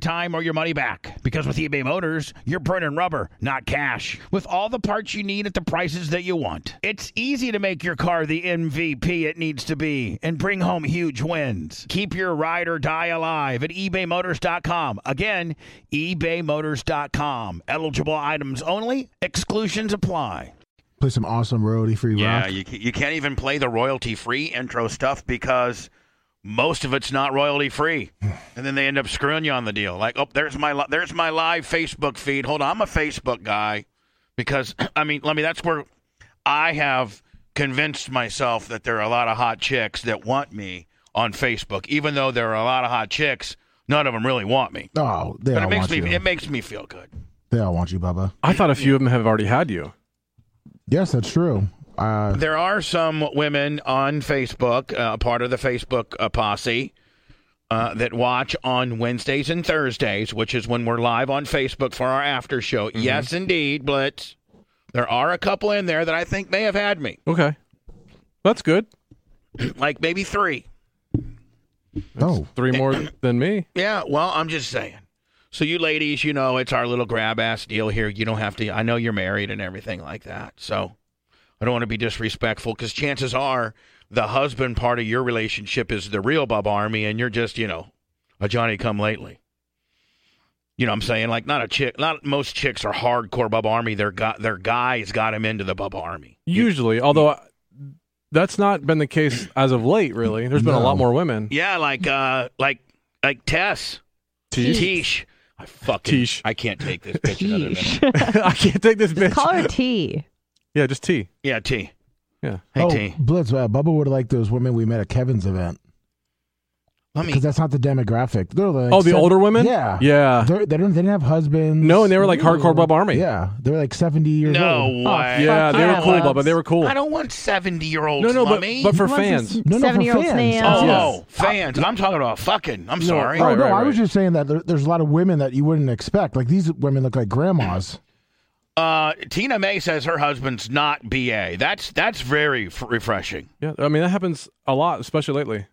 time or your money back. Because with eBay Motors, you're burning rubber, not cash. With all the parts you need at the prices that you want, it's easy to make your car the MVP it needs to be and bring home huge wins. Keep your ride or die alive at ebaymotors.com. Again, ebaymotors.com. Eligible items only, exclusions apply. Play some awesome royalty free Yeah, rock. you, ca- you can't even play the royalty free intro stuff because most of it's not royalty free, and then they end up screwing you on the deal. Like, oh, there's my li- there's my live Facebook feed. Hold on, I'm a Facebook guy because I mean, let me. That's where I have convinced myself that there are a lot of hot chicks that want me on Facebook, even though there are a lot of hot chicks. None of them really want me, Oh, they but all it makes want me you. it makes me feel good. They all want you, Bubba. I thought a few of them have already had you. Yes, that's true. Uh, There are some women on Facebook, uh, part of the Facebook uh, posse, uh, that watch on Wednesdays and Thursdays, which is when we're live on Facebook for our after show. Yes, indeed, Blitz. There are a couple in there that I think may have had me, Okay, that's good. like maybe three. oh, Three more than me. Yeah, well, I'm just saying. So, you ladies, you know, it's our little grab ass deal here. You don't have to, I know you're married and everything like that. So, I don't want to be disrespectful because chances are the husband part of your relationship is the real Bob Army and you're just, you know, a Johnny come lately. You know what I'm saying? Like, not a chick, not most chicks are hardcore Bob Army. Their, gu- their guy's got him into the Bob Army. Usually, although I, that's not been the case as of late. Really, there's been a lot No. more women. Yeah, like, uh, like, like Tess. Teesh. I fucking, Teesh. I can't take this bitch another minute. I can't take this bitch. Call her T. Yeah, just T. Yeah, T. Yeah. Hey, oh, T. Blitz. Uh, Bubba would like those women we met at Kevin's event Let me. because that's not the demographic. They're like Oh, the sev- older women. Yeah, Yeah. They're, they don't. They didn't have husbands. No, and they were like Ooh. hardcore Bub Army. Yeah, they're like seventy years No old. way. fuck oh, Yeah, they were Yeah, cool, well, Bubba. They were cool. I don't want 70 year old No, no, but mummy. but for You want some fans. s- No, no, for Seven-year-old fans. fans. oh, Yes. oh, fans. I'm talking about fucking. I'm sorry. right. oh no, I right. was just saying that there, there's a lot of women that you wouldn't expect. Like these women look like grandmas. Uh, Tina May says her husband's not BA. That's that's very f- refreshing. Yeah, I mean that happens a lot, especially lately.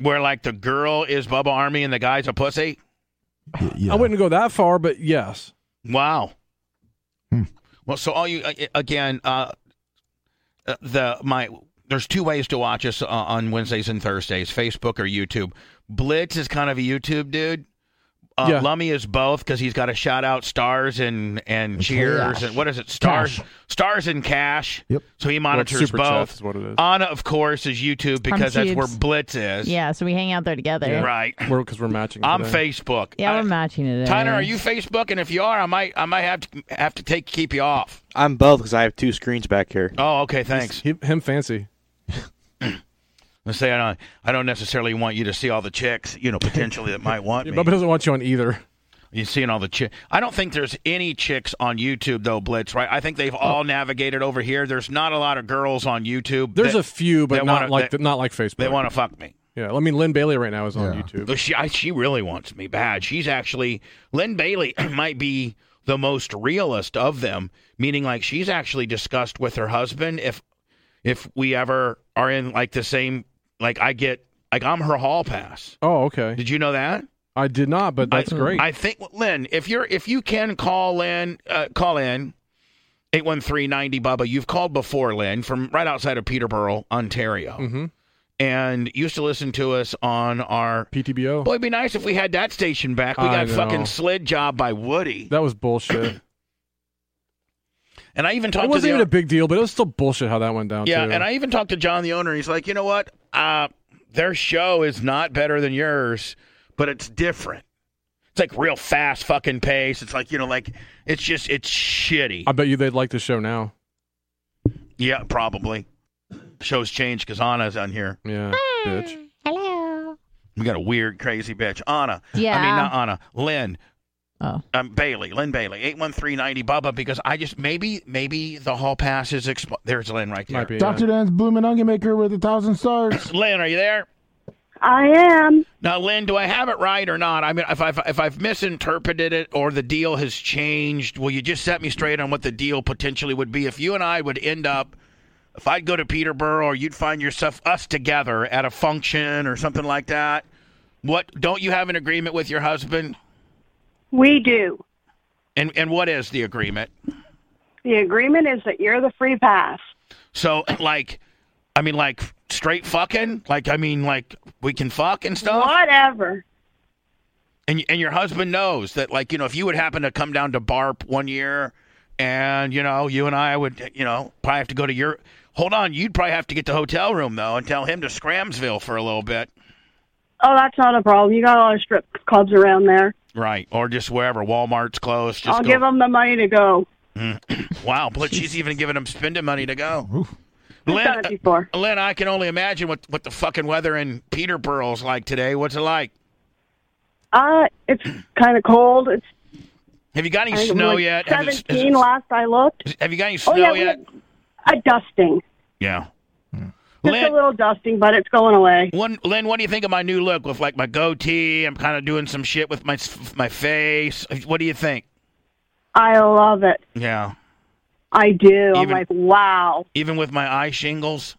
Where like the girl is Bubba Army and the guy's a pussy. Y- yeah. I wouldn't go that far, but yes. Wow. Hmm. Well, so all you uh, again uh, uh, the my there's two ways to watch us uh, on Wednesdays and Thursdays: Facebook or YouTube. Blitz is kind of a YouTube dude. Uh, Yeah. Lummy is both because he's got to shout out stars and and cheers Cash. and what is it stars Cash. stars and cash. Yep. So he Well, monitors it's super both. Chef is what it is. Anna, of course, is YouTube because that's where Tubes. Blitz is. Yeah, so we hang out there together. Yeah. Right. we're because we're matching. I'm today. Facebook. Yeah, I- we're matching today. Tyner, are you Facebook? And if you are, I might I might have to have to take keep you off. I'm both because I have two screens back here. Oh, okay. Thanks. He- him fancy. Let's say I don't, I don't necessarily want you to see all the chicks, you know, potentially that might want Yeah, me. Bubba doesn't want you on either. You're seeing all the chicks. I don't think there's any chicks on YouTube though, Blitz. Right? I think they've Oh. all navigated over here. There's not a lot of girls on YouTube. There's that, a few, they but not wanna- like they- the- not like Facebook. they want to fuck me. Yeah, I mean Lynn Bailey right now is on Yeah. YouTube. But She I, she really wants me bad. She's actually Lynn Bailey might be the most realist of them, meaning like she's actually discussed with her husband if if we ever are in like the same like I get like I'm her hall pass. Oh, okay. Did you know that? I did not, but that's I, great. I think Lynn, if you're if you can call in, uh, call in 813-90 Bubba. You've called before, Lynn, from right outside of Peterborough, Ontario, mm-hmm. and used to listen to us on our. PTBO. Boy, it'd be nice if we had that station back. We I got know. fucking slid job by Woody, That was bullshit. and I even it talked to wasn't the even a big deal, but it was still bullshit how that went down. yeah, too. and I even talked to John, the owner. And he's like, you know what? Uh, their show is not better than yours, but it's different. It's like real fast fucking pace. It's like you know, like it's just it's shitty. I bet you they'd like the show now. Yeah, probably. Show's changed because Anna's on here. Yeah, bitch. We got a weird, crazy bitch. Anna. I mean, Yeah. not Anna. Lynn. Oh. Um, Bailey. Lynn Bailey. 81390 Bubba, because I just, maybe, maybe the hall pass is exp- There's Lynn right there. Might be. yeah. Dr. Dan's Bloomin' Onion Maker with a thousand stars. Lynn, are you there? I am. Now, Lynn, do I have it right or not? I mean, if I've, if I've misinterpreted it or the deal has changed, will you just set me straight on what the deal potentially would be? If you and I would end up, if I'd go to Peterborough or you'd find yourself, us together at a function or something like that, what don't you have an agreement with your husband? We do. And, and what is the agreement? The agreement is that you're the free pass. So, like, I mean, like straight fucking? Like, I mean, like we can fuck and stuff? Whatever. And and your husband knows that, like, you know, if you would happen to come down to Barp one year, and you know, you and I would, you know, probably have to go to your. Hold on, you'd probably have to get the hotel room though, and tell him to Scramsville for a little bit, Oh, that's not a problem. You got a lot of strip clubs around there. right? Or just wherever Walmart's closed. Just I'll go. give them the money to go. Wow, but she's even giving him spending money to go. I've done Lynn, it before. Lynn, I can only imagine what what the fucking weather in Peterborough's like today. What's it like? Uh, it's kind of cold. It's Have you got any I think it was snow like yet? Have you- 17 has- last I looked. Have you got any Oh, snow yeah, we yet? had a dusting. Yeah. Just Lynn- a little dusting, but it's going away. One, Lynn, what do you think of my new look with like my goatee? I'm kind of doing some shit with my s- my face. What do you think? I love it. Yeah, I do. I'm Even- like, wow. even with my eye shingles.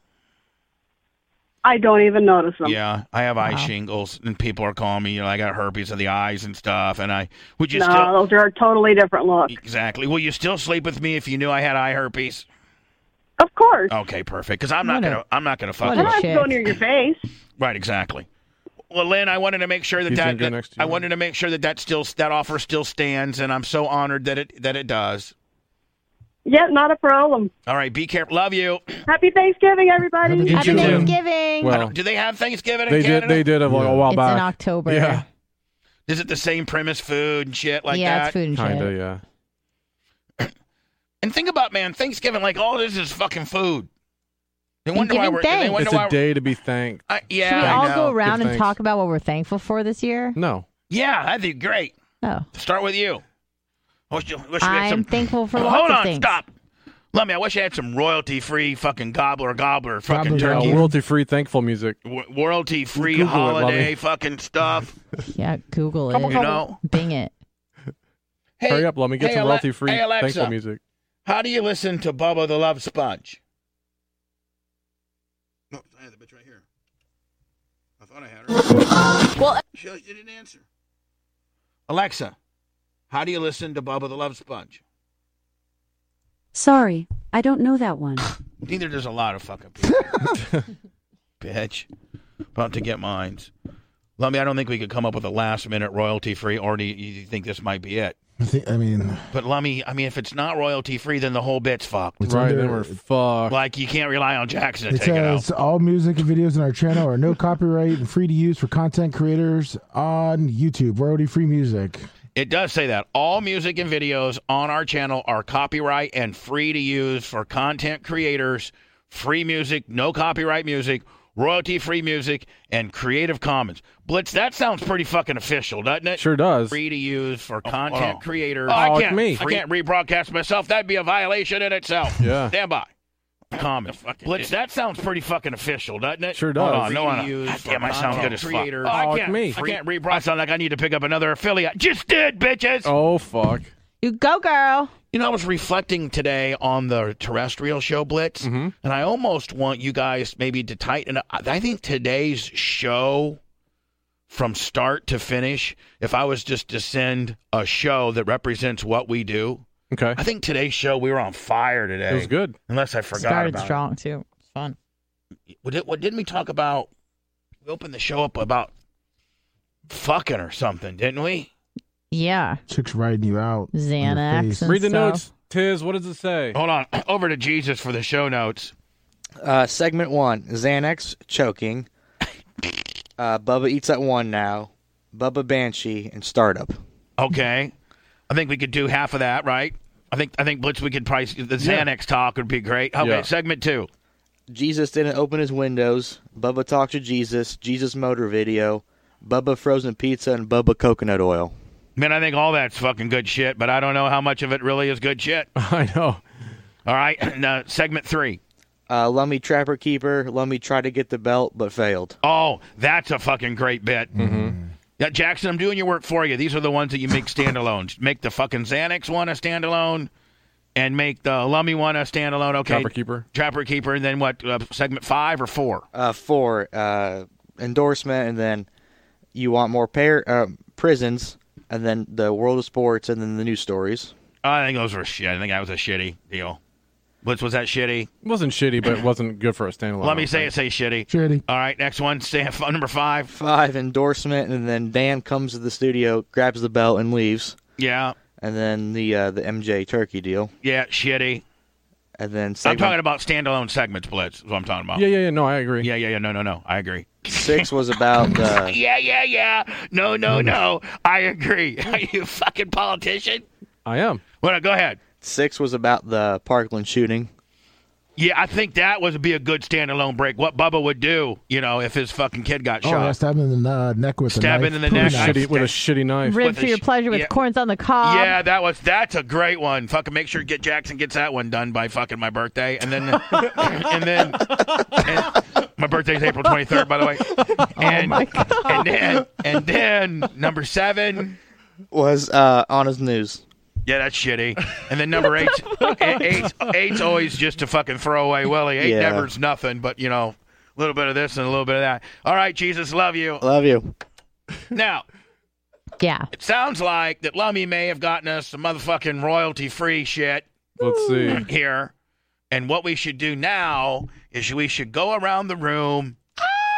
I don't even notice them. Yeah, I have eye Wow. shingles, and people are calling me. You know, I got herpes of the eyes and stuff. And I would you no, still those are a totally different look. exactly? Will you still sleep with me if you knew I had eye herpes? Of course. Okay, perfect. Because I'm not What a- gonna I'm not gonna fuck what I with. a don't have to shit. go near your face. Right, exactly. Well, Lynn, I wanted to make sure that He's that, gonna go that- next to you. I wanted to make sure that that still that offer still stands, and I'm so honored that it that it does. Yeah, not a problem. All right, be careful. Love you. Happy Thanksgiving, everybody. Happy Happy you do? Thanksgiving. I Well, don't- Do they have Thanksgiving in they Canada? did. They did a, like, a while it's in back. October. Yeah, Is it the same premise, food and shit like yeah, that? it's food and kind of. shit. Yeah. And think about, man, Thanksgiving, like all this is fucking food. They wonder why giving we're. and They thanks. wonder It's why a day to be thanked. I- yeah, Should we I all know. go around Good and thanks. talk about what we're thankful for this year? No. Yeah, that'd be great. No. Start with you. I wish, you- wish we had I'm some. thankful for lots Hold of on, things. stop. Let me. I wish I had some royalty-free fucking gobbler gobbler fucking Gobbler turkey, gobbler. royalty free thankful music. W- royalty-free Google it, holiday Bobby. fucking stuff. Yeah, Google Come it. on, you know. Bing it. Hey, Hurry up, let me get hey, some Ale- royalty free hey, Alexa. thankful music. How do you listen to Bubba the Love Sponge? No, Oh, I had the bitch right here. I thought I had her. Well, She, she didn't answer. Alexa, how do you listen to Bubba the Love Sponge? Sorry, I don't know that one. Neither does a lot of fucking people. bitch. About to get mines. Lummy, I don't think we could come up with a last minute royalty free, or do you, you think this might be it? I think- I mean, But Lummy, I mean, if it's not royalty free, then the whole bit's fucked. it's Right, under- then we're fucked. Like, you can't rely on Jackson to It take it out. says all music and videos on our channel are no copyright and free to use for content creators on YouTube. Royalty free music. It does say that all music and videos on our channel are copyright and free to use for content creators. Free music, no copyright music, royalty free music, and Creative Commons. Blitz, that sounds pretty fucking official, doesn't it? Sure does. Free to use for content creators. Oh, I it's can't. me. I can't rebroadcast myself. That'd be a violation in itself. Yeah. Stand by. Common. Blitz, that sounds pretty fucking official, doesn't it? Sure does. Hold on, no, Free to no. use God for damn, I sound content good as fuck. creators. Oh, Oh, I it's can't, me. I can't rebroadcast. I sound like I need to pick up another affiliate. Just did, bitches. Oh fuck. you go, girl. You know, I was reflecting today on the terrestrial show Blitz, Mhm. and I almost want you guys maybe to tighten up. I think today's show, from start to finish, if I was just to send a show that represents what we do, Okay. I think today's show we were on fire today. It was good. Unless I forgot Started about strong too. It's fun. It. What did- What didn't we talk about? We opened the show up about fucking or something, didn't we? Yeah, Chicks riding you out. in your Xanax face. and Read the stuff. notes. Tiz, what does it Oh, say? Hold on, over to Jesus for the show notes. Uh, segment one: Xanax choking. Uh, Bubba eats at one now. Bubba Banshee and startup. Okay. I think we could do half of that, right? I think I think Blitz we could price the Xanax talk would be great. Okay, Yeah. segment two. Jesus didn't open his windows. Bubba talked to Jesus. Jesus motor video. Bubba frozen pizza and Bubba coconut oil. Man, I think all that's fucking good shit, but I don't know how much of it really is good shit. I know. All right, now, segment three. Uh, Lummy Trapper Keeper. Lummy tried to get the belt but failed. Oh, that's a fucking great bit. Mm-hmm. Yeah, Jackson, I'm doing your work for you. These are the ones that you make standalones. make the fucking Xanax one a standalone, and make the Lummy one a standalone. Okay, Trapper Keeper. Trapper Keeper, and then what? Uh, segment five or four? Uh, four uh, endorsement, and then you want more pair uh, prisons, and then the world of sports, and then the news stories. I think those were shit. I think that was a shitty deal. Which was that shitty? It wasn't shitty, but it wasn't good for a standalone. Let me say it. Say shitty. Shitty. All right, next one. Stand, phone number five. Five endorsement, and then Dan comes to the studio, grabs the belt, and leaves. Yeah, And then the uh, the MJ Turkey deal, yeah, shitty. and then I'm segment talking about standalone segments, Blitz. Is what I'm talking about. Yeah, yeah, yeah. No, I agree. yeah, yeah, yeah. No, no, no. I agree. six was about uh, Yeah, yeah, yeah. No, no, no. I agree. Are you a fucking politician? I am. Well, go ahead. six was about the Parkland shooting. Yeah, I think that would be a good standalone break. What Bubba would do, you know, if his fucking kid got Oh, shot. yeah, stab him in the uh, neck with Stab a him knife. in the Putting neck. a Shitty- Shitty, with a shitty knife. With Rib the for your sh- pleasure with yeah. corns on the cob. Yeah, that was that's a great one. Fucking make sure get Jackson gets that one done by fucking my birthday, and then and then and my birthday's April twenty third, by the way. And, and then and then number seven. Was uh, honest news. Yeah, that's shitty. And then number eight, eight's, eight's always just to fucking throw away Willie. Eight Yeah. never's nothing, but you know, a little bit of this and a little bit of that. All right, Jesus, love you. Love you. Now, Yeah. it sounds like that Lummy may have gotten us some motherfucking royalty free shit Let's Oh see. here. And what we should do now is we should go around the room,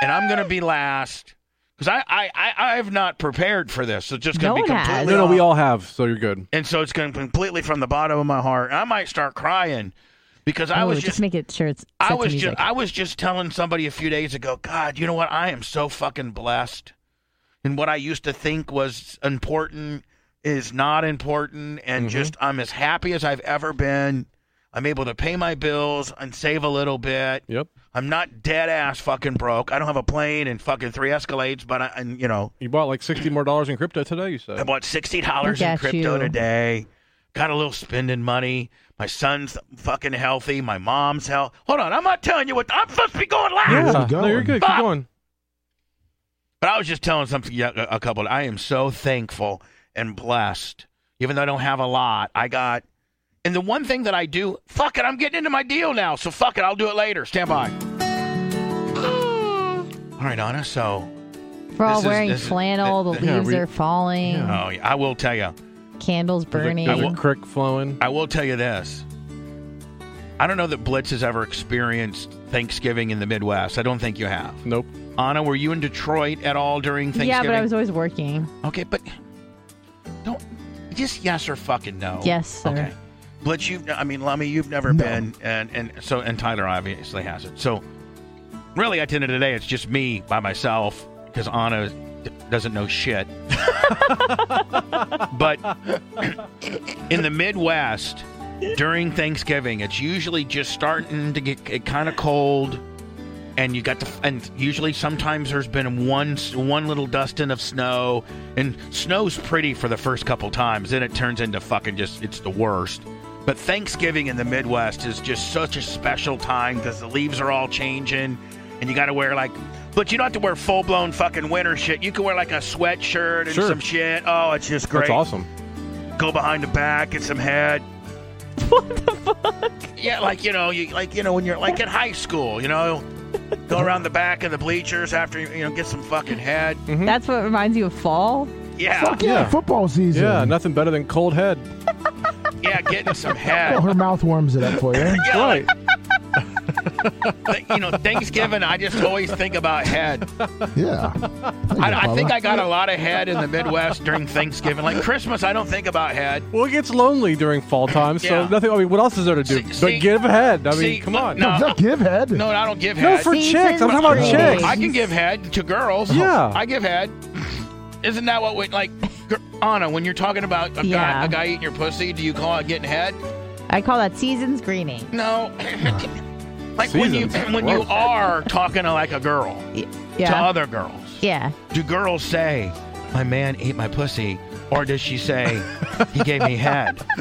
and I'm going to be last because I, I, I, I've not prepared for this. So it's just going No to be one has. completely. No, no, we all have, so you're good. and so it's going completely from the bottom of my heart. I might start crying because I Oh, was just, just make it sure it's. I sexy was just music. I was just telling somebody a few days ago, God, you know what? I am so fucking blessed. And what I used to think was important is not important and just I'm as happy as I've ever been. I'm able to pay my bills and save a little bit. Yep. I'm not dead ass fucking broke. I don't have a plane and fucking three Escalades, but I and you know, You bought like sixty more dollars in crypto today. You said. I bought sixty dollars Look in at crypto you. today. Got a little spending money. My son's fucking healthy. My mom's healthy. Hold on, I'm not telling you what I'm supposed to be going last. Where's Yeah. he No, you're going? good. Keep Fuck. going. But I was just telling something yeah, a a couple. I am so thankful and blessed, even though I don't have a lot. I got, and the one thing that I do, fuck it, I'm getting into my deal now. So fuck it, I'll do it later. Stand by. All right, Anna. So, We're all this is- wearing this is- flannel. th- the yeah, leaves we- are falling. yeah. oh, yeah, I will tell you. Candles There's a- burning. There's a, will- creek flowing. I will tell you this. I don't know that Blitz has ever experienced Thanksgiving in the Midwest. I don't think you have. Nope. Anna, were you in Detroit at all during Thanksgiving? yeah, but I was always working. Okay, but don't just yes or fucking no. Yes, sir. Okay. Blitz, you I mean Lummy, you've never No. been and and so and Tyler obviously hasn't. So really at the end of the day it's just me by myself because Anna d- doesn't know shit. but in the Midwest during Thanksgiving, it's usually just starting to get kind of cold and you got the and usually sometimes there's been one one little dusting of snow and snow's pretty for the first couple times then it turns into fucking just it's the worst but thanksgiving in the midwest is just such a special time because the leaves are all changing and you got to wear like but you don't have to wear full-blown fucking winter shit you can wear like a sweatshirt and Sure. some shit oh it's just great That's awesome. go behind the back, get some head. What the fuck? Yeah, like you know, you like you know when you're like in high school, you know, go around the back of the bleachers after you know get some fucking head. That's what reminds you of fall. Yeah, Yeah, Yeah. football season. Mm-hmm. Yeah, nothing better than cold head. yeah, getting some Well, head. her mouth warms it up for you. Yeah, Right. like, you know, Thanksgiving, I just always think about head. Yeah. I, I think Bubba. I got a lot of head in the Midwest during Thanksgiving. Like Christmas, I don't think about head. Well, it gets lonely during fall time, so Yeah. nothing. I mean, what else is there to do? See- see- but give head. I mean, see, come look, on. no. Don't give head. No, I don't give No, head. for chicks. I'm talking about Seasons chicks. are I can give head to girls. Yeah. I give head. Isn't that what we like, gr- Anna? When you're talking about a guy, Yeah. a guy eating your pussy, do you call it getting head? I call that seasons greening. No. like when you Seasons. when you Gross. are talking to like a girl Y- to Yeah. other girls. Yeah. Do girls say, "My man ate my pussy," or does she say, "He gave me head"?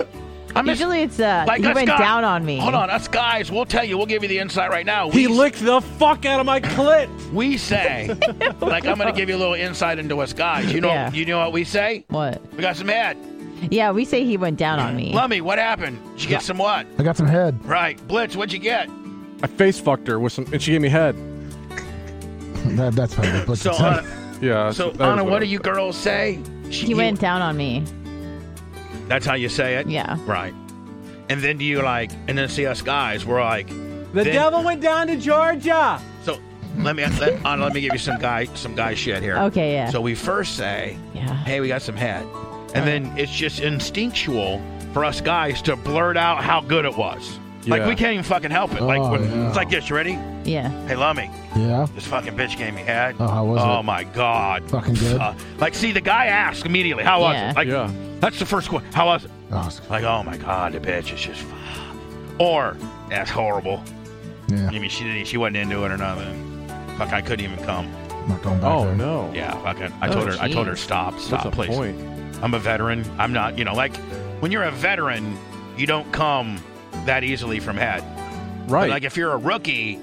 I'm just- Usually it's uh, like he us went guy- down on me. Hold on, us guys, we'll tell you. We'll give you the insight right now. He We, licked the fuck out of my clit. we say, like, I'm going to give you a little insight into us guys. You know, Yeah. you know what we say? What? We got some head. Yeah, we say he went down on me. Lummy, what happened? She gets some what? I got some head. Right. Blitz, what'd you get? I face fucked her with some, and she gave me head. That, that's funny. But So, uh, it's head. Anna, Yeah. so that was Anna, what I do you said. girls say? She, he went down on me. That's how you say it. Yeah. Right. And then do you like? And then see us guys. We're like. The then- devil went down to Georgia. So let me let, Anna, let me give you some guy some guy shit here. Okay, yeah. So we first say, Yeah. "Hey, we got some head," and then it's just instinctual for us guys to blurt out how good it was. Like Yeah. we can't even fucking help it. like Oh, when- yeah. it's like this. You ready? Yeah. Hey, Lummy, yeah. this fucking bitch gave me head. Oh, how was oh it? my god. Fucking good? Uh, like, see, the guy asked immediately, "How was Yeah. it?" Like, Yeah. that's the first question. How was it? Oh, it's- Like, oh my god, the bitch is just. Or that's horrible. yeah. I mean, she didn't. She wasn't into it or nothing. Fuck, I couldn't even come. I'm not going back Oh there. no. Yeah, fucking. I Oh, told her. I told her jeez. stop, stop, What's the please. point? I'm a veteran. I'm not. You know, like when you're a veteran, you don't come that easily from head. But Right. like if you're a rookie,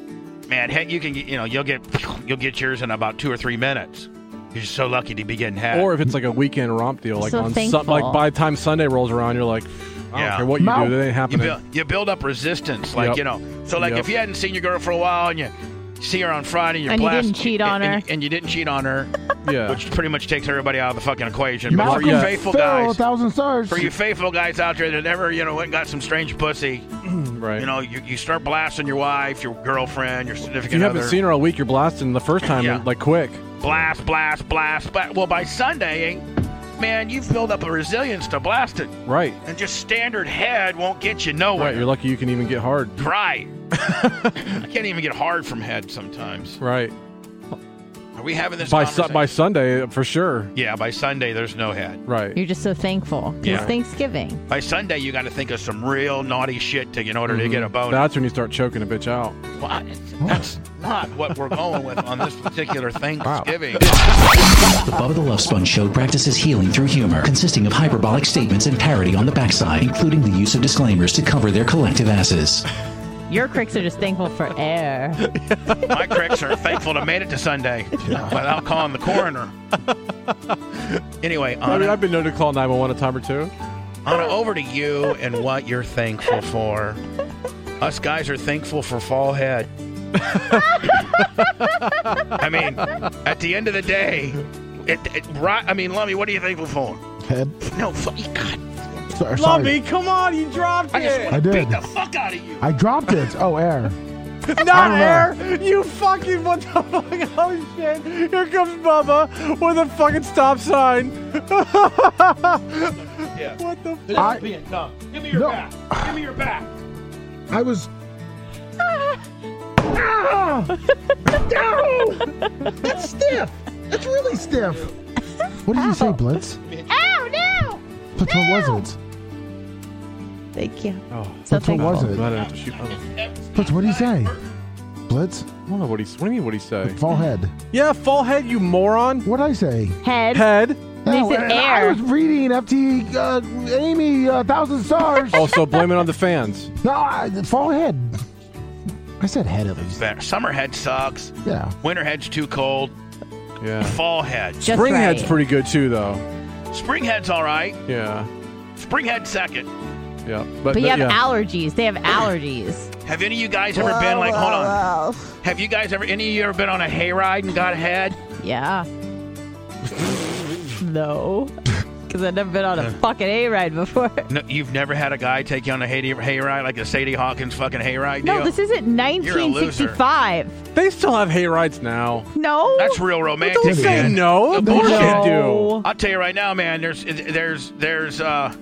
man, head you can. get- You know, you'll get you'll get yours in about two or three minutes. You're just so lucky to be getting head. or if it's like a weekend romp deal, like So on Sun- thankful. like by the time Sunday rolls around, you're like, I don't Yeah. care what you Mouth. do, that ain't you happening. build you build up resistance, like Yep. you know. So like Yep. if you hadn't seen your girl for a while and you see her on Friday, you're And you blessed, didn't cheat on and- her. and, you- and you didn't cheat on her, yeah. which pretty much takes everybody out of the fucking equation. But for Malcolm you yeah. faithful Phil, guys, thousand stars. For you faithful guys out there that never, you know, went and got some strange pussy, right. you know, you, you start blasting your wife, your girlfriend, your if significant you other. haven't seen her all week, you're blasting the first time, Yeah. like quick. blast, blast, blast, blast. Well, by Sunday, eh, man, you've built up a resilience to blast it. Right. And just standard head won't get you Right. nowhere. You're lucky you can even get hard. Right. I can't even get hard from head sometimes. Right. Are we having this By su- conversation? by Sunday for sure. yeah, by Sunday, there's no head. Right. You're just so thankful. 'cause Yeah. It's Thanksgiving. By Sunday, you got to think of some real naughty shit to, in order to get a bonus. That's when you start choking a bitch out. Well, I- that's not what we're going with on this particular Thanksgiving. The Bubba the Love Sponge Show practices healing through humor, consisting of hyperbolic statements and parody on the backside, including the use of disclaimers to cover their collective asses. Your cricks are just thankful for air. My cricks are thankful to made it to Sunday without calling the coroner. Anyway, I mean, Anna, I've been known to call 911 a time or two. Anna, over to you and what you're thankful for. Us guys are thankful for fall head. I mean, at the end of the day, it, it, right, I mean, Lummy, what are you thankful for? Head. No, fuck, God, So- sorry. Lummy, come on, you dropped I just it. want to I beat did. the fuck out of you. I dropped it. Oh, air. Not I air. You fucking what the fuck? Oh shit! Here comes Bubba with a fucking stop sign. Yeah. What the? This I- is being dumb. Give me your No. back. Give me your back. I was. That's stiff. That's really stiff. What did you say, Blitz? Ow, no! Blitz, what was it? Thank you. Oh, So Blitz, what thankful. was I'm glad it? I didn't have to shoot. Bubba. Blitz, what did he say? Blitz, I don't know what he. What do you mean? What he say? fall head. Yeah, full head, you moron. What did I say? Head. Head. They Oh, No, said I air. was reading FT uh, Amy uh, thousand stars. Oh, so blame it on the fans. No, I, fall head. I said head at least. Better. Summer head sucks. Yeah. Winter head's too cold. Yeah. Fall head. Just Spring right. head's pretty good too, though. Spring head's all right. Yeah. Spring head second. Yeah. But you th- have yeah. allergies. They have allergies. Have any of you guys ever been like, hold on. Have you guys ever, any of you ever been on a hayride and got head? Yeah. no. Because I've never been on a fucking A ride before. No, you've never had a guy take you on a hay- hayride, like a Sadie Hawkins fucking hayride No, deal? this isn't a loser. 1965. They still have hay rides now. No. That's real romantic. Don't say man. no. Of No. course they do. no. I'll tell you right now, man. There's, there's, there's, uh,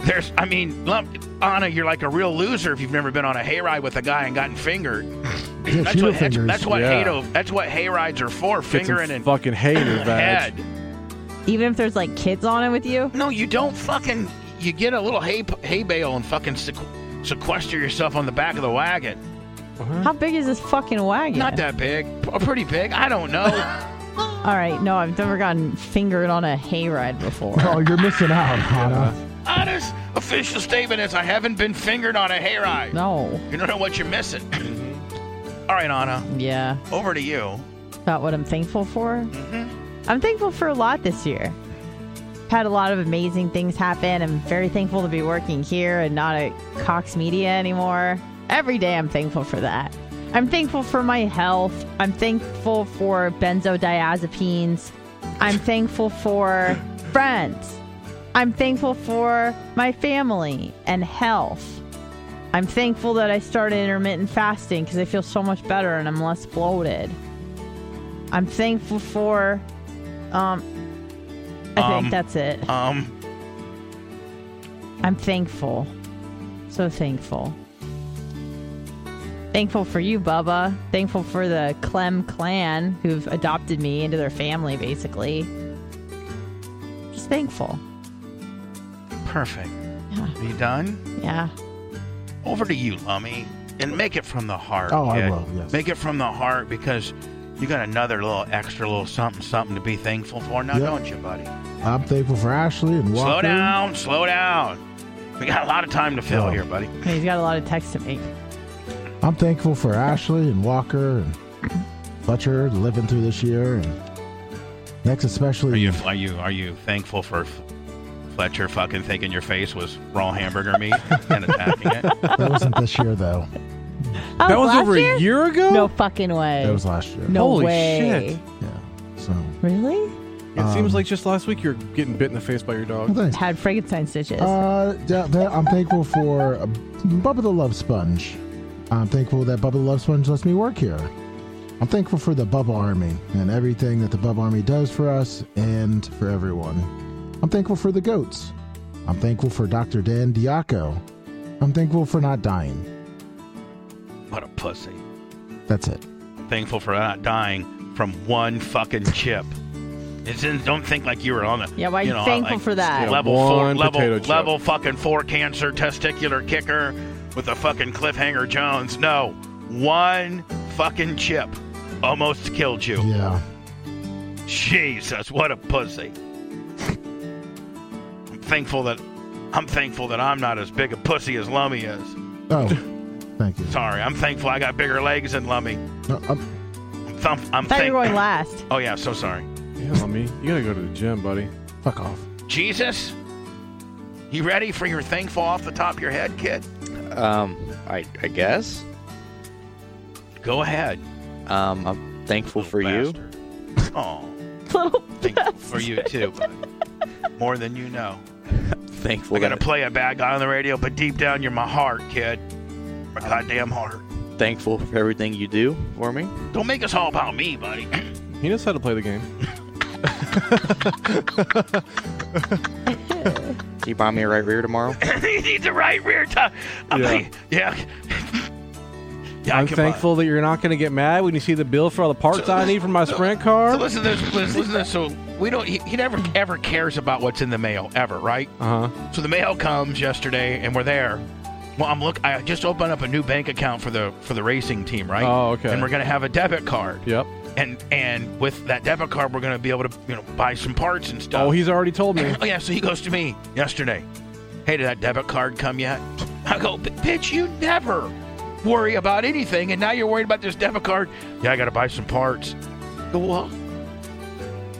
there's. I mean, lump, Anna, you're like a real loser if you've never been on a hayride with a guy and gotten fingered. Yeah, That's cheater what, that's, fingers. that's what Yeah. haydo- that's what hayrides are for. Get some Fingering and fucking hay in your badge. head. Even if there's like kids on it with you. No, you don't fucking. You get a little hay hay bale and fucking sequ- sequester yourself on the back of the wagon. How big is this fucking wagon? Mm-hmm. Not that big. P- pretty big. I don't know. All right, no, I've never gotten fingered on a hayride before. Oh, you're missing out, Hannah. Honest official statement is I haven't been fingered on a hayride. No. You don't know what you're missing. All right, Anna, Yeah. over to you. About what I'm thankful for? I'm thankful for a lot this year. Had a lot of amazing things happen. I'm very thankful to be working here and not at Cox Media anymore. Every day I'm thankful for that. I'm thankful for my health. I'm thankful for benzodiazepines. I'm thankful for friends. I'm thankful for my family and health. I'm thankful that I started intermittent fasting because I feel so much better and I'm less bloated. I'm thankful for. Um, I Um, think that's it. uh, Um, I'm thankful. So thankful. Thankful for you, Bubba. Thankful for the Clem clan who've adopted me into their family, basically. Just thankful. perfect. You done? Yeah. Over to you, Lummy. And make it from the heart. Oh, I kid. will, yes. Make it from the heart because you got another little extra little something something to be thankful for now, Yep. don't you, buddy? I'm thankful for Ashley and Walker. Slow down, slow down. We got a lot of time to fill Oh. here, buddy. I mean, he's got a lot of texts to make. I'm thankful for Ashley and Walker and Fletcher living through this year and next especially Are you are you are you thankful for F- Fletcher fucking thinking your face was raw hamburger meat and attacking it? that wasn't this year though. Oh, That was last over year? a year ago? No fucking way. That was last year. no Holy shit. way. Yeah. So Really? It seems like just last week you're getting bit in the face by your dog. well, thanks. Had Frankenstein stitches. Uh, yeah, that- I'm thankful for uh, Bubba the Love Sponge. I'm thankful that Bubba the Love Sponge lets me work here. I'm thankful for the Bubba Army and everything that the Bubba Army does for us and for everyone. I'm thankful for the goats. I'm thankful for Dr. Dan Diaco. I'm thankful for not dying. What a pussy. That's it. Thankful for not dying from one fucking chip. It's in, don't think like you were on a Yeah, why are you know, thankful like for that? Level Yeah, four, one level potato chip. level fucking four cancer testicular kicker with a fucking cliffhanger Jones. No, one fucking chip almost killed you. Yeah. Jesus, what a pussy. I'm thankful that I'm thankful that I'm not as big a pussy as Lummy is. Oh, thank you. Sorry, I'm thankful I got bigger legs than Lummy. No, um, I'm- I'm, thump- I'm I thought you were thank- going last. Oh yeah, so sorry. Yeah, mommy. You gotta go to the gym, buddy. fuck off. Jesus, you ready for your thankful off the top of your head, kid? Um, I I guess. Go ahead. Um, I'm thankful for you. you. Oh, Little thankful for you too. bud. More than you know. Thankful We're gonna that, play a bad guy on the radio, but deep down, you're my heart, kid. My Uh, goddamn heart. thankful for everything you do for me. Don't make us all about me, buddy. He knows how to play the game. Can you buy me a right rear tomorrow? he needs a right rear tire. I'm Yeah. like, yeah. yeah I I'm can buy it. thankful that you're not gonna get mad when you see the bill for all the parts I need for my sprint So car. listen to this. Listen, listen to this. So we don't. He, he never ever cares about what's in the mail ever, right? Uh huh. So the mail comes yesterday, and we're there. Well, I'm look. I just opened up a new bank account for the for the racing team, right? Oh, okay. And we're gonna have a debit card. Yep. And and with that debit card, we're gonna be able to you know buy some parts and stuff. Oh, he's already told me. Oh yeah, so he goes to me yesterday. Hey, did that debit card come yet? I go, "B- bitch, you never worry about anything, and now you're worried about this debit card. Yeah, I gotta buy some parts. I go, well,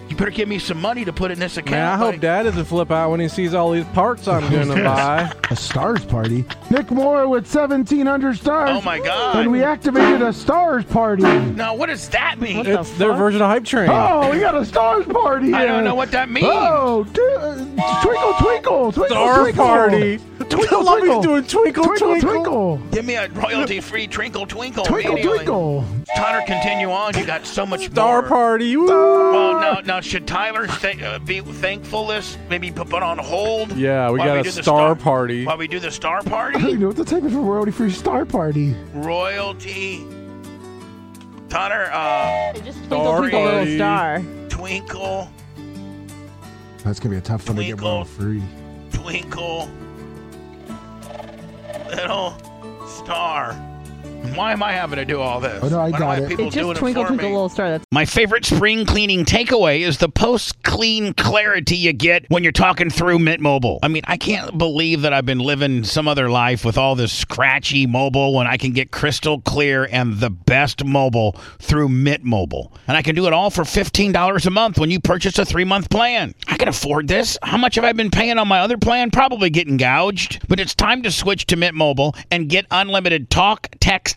you better give me some money to put in this account. Man, I hope buddy." Dad doesn't flip out when he sees all these parts I'm gonna buy. A stars party. Nick Moore with 1,700 stars. Oh my god! And we activated a stars party. now what does that mean? What the It's their fuck? version of hype train. Oh, we got a stars party. I don't here. know what that means. Oh, d- uh, twinkle, twinkle, twinkle, Star twinkle. party. Twinkle, Lummy's twinkle. doing twinkle, twinkle, twinkle. twinkle, Give me a royalty-free twinkle, twinkle, twinkle, immediately. twinkle. Tyler, continue on. You got so much Star more. party. Well, Woo! now, now should Tyler th- uh, be thankful this? Maybe put put on hold. Yeah, we while got a do the star party. While we do the star I don't party, even know what to take it for royalty free star party. royalty. Tyler, uh, Just twinkle, twinkle, little Sorry. star. twinkle, That's gonna be a tough one to get Twinkle. one free. twinkle, little star. Why am I having to do all this? Oh, no, I Why got do it. have people It's doing just twinkle it for twinkle me? little star. That's My favorite spring cleaning takeaway is the post clean clarity you get when you're talking through Mint Mobile. I mean, I can't believe that I've been living some other life with all this scratchy mobile when I can get crystal clear and the best mobile through Mint Mobile. And I can do it all for $15 a month when you purchase a three month plan. I can afford this. How much have I been paying on my other plan? Probably getting gouged. But it's time to switch to Mint Mobile and get unlimited talk, text,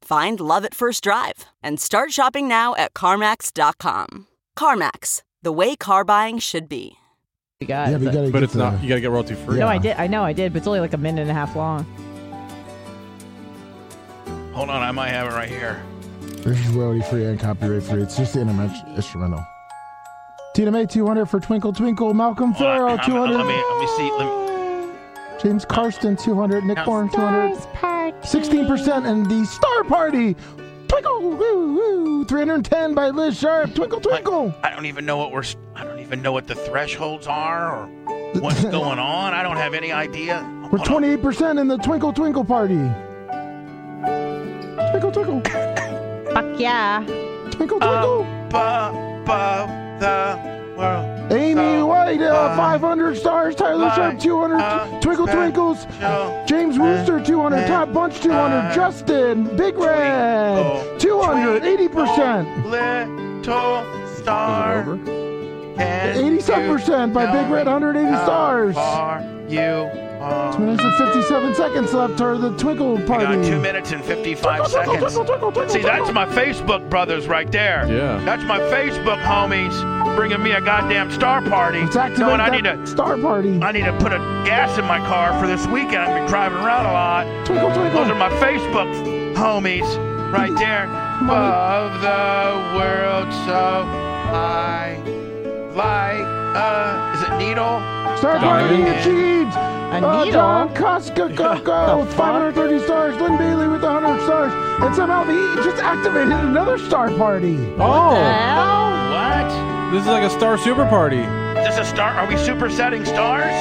Find love at first drive and start shopping now at CarMax.com. CarMax, the way car buying should be. We got. yeah, but you gotta But get it's the, not. You gotta get royalty free. No, Yeah. I did. I know I did, but it's only like a minute and a half long. Hold on, I might have it right here. This is royalty free and copyright free. It's just the intermen- instrumental. Tina May 200 for Twinkle Twinkle. Malcolm Hold on, Farrell I'm- let, 200. me, let me see. Let me, James Karsten 200. Nick Horn 200. 16% and the Star Party. Twinkle. Woo, woo. 310 by Liz Sharp. Twinkle Twinkle. I don't even know what we're. s- I don't even know what the thresholds are or what's going on. I don't have any idea. We're Hold on. 28% in the Twinkle Twinkle Party. Twinkle Twinkle. Fuck yeah! Twinkle Um, Twinkle. Above the world. Amy uh, White, uh, uh, 500 stars. Tyler Sharp, uh, 200. uh, Twinkle uh, Twinkles. Joe, James Wooster, 200. uh, Todd Bunch, 200. uh, Justin, Big Oh. Red, 200. 80%. Little star. over? 87% by Big Red, 180 stars. you Two minutes and 57 seconds left for the Twinkle Party. We got Oh. two minutes and 55 Twinkle, twinkle, seconds. twinkle, twinkle, twinkle, See, that's twinkle. my Facebook brothers right there. Yeah. That's my Facebook homies bringing me a goddamn star party. Let's activate Knowing I that need to, star party. I need to put a gas in my car for this weekend. I've been driving around a lot. Twinkle, Those are twinkle. my Facebook homies right there. Above the world so high, like a is it needle? Star party Diamond. achieved. Uh, needle? Don Koska Coco with 530 stars. Lynn Bailey with 100 stars. And somehow he just activated another star party. Oh, Well, What? this is like a star super party. Is this a star? Are we supersetting stars?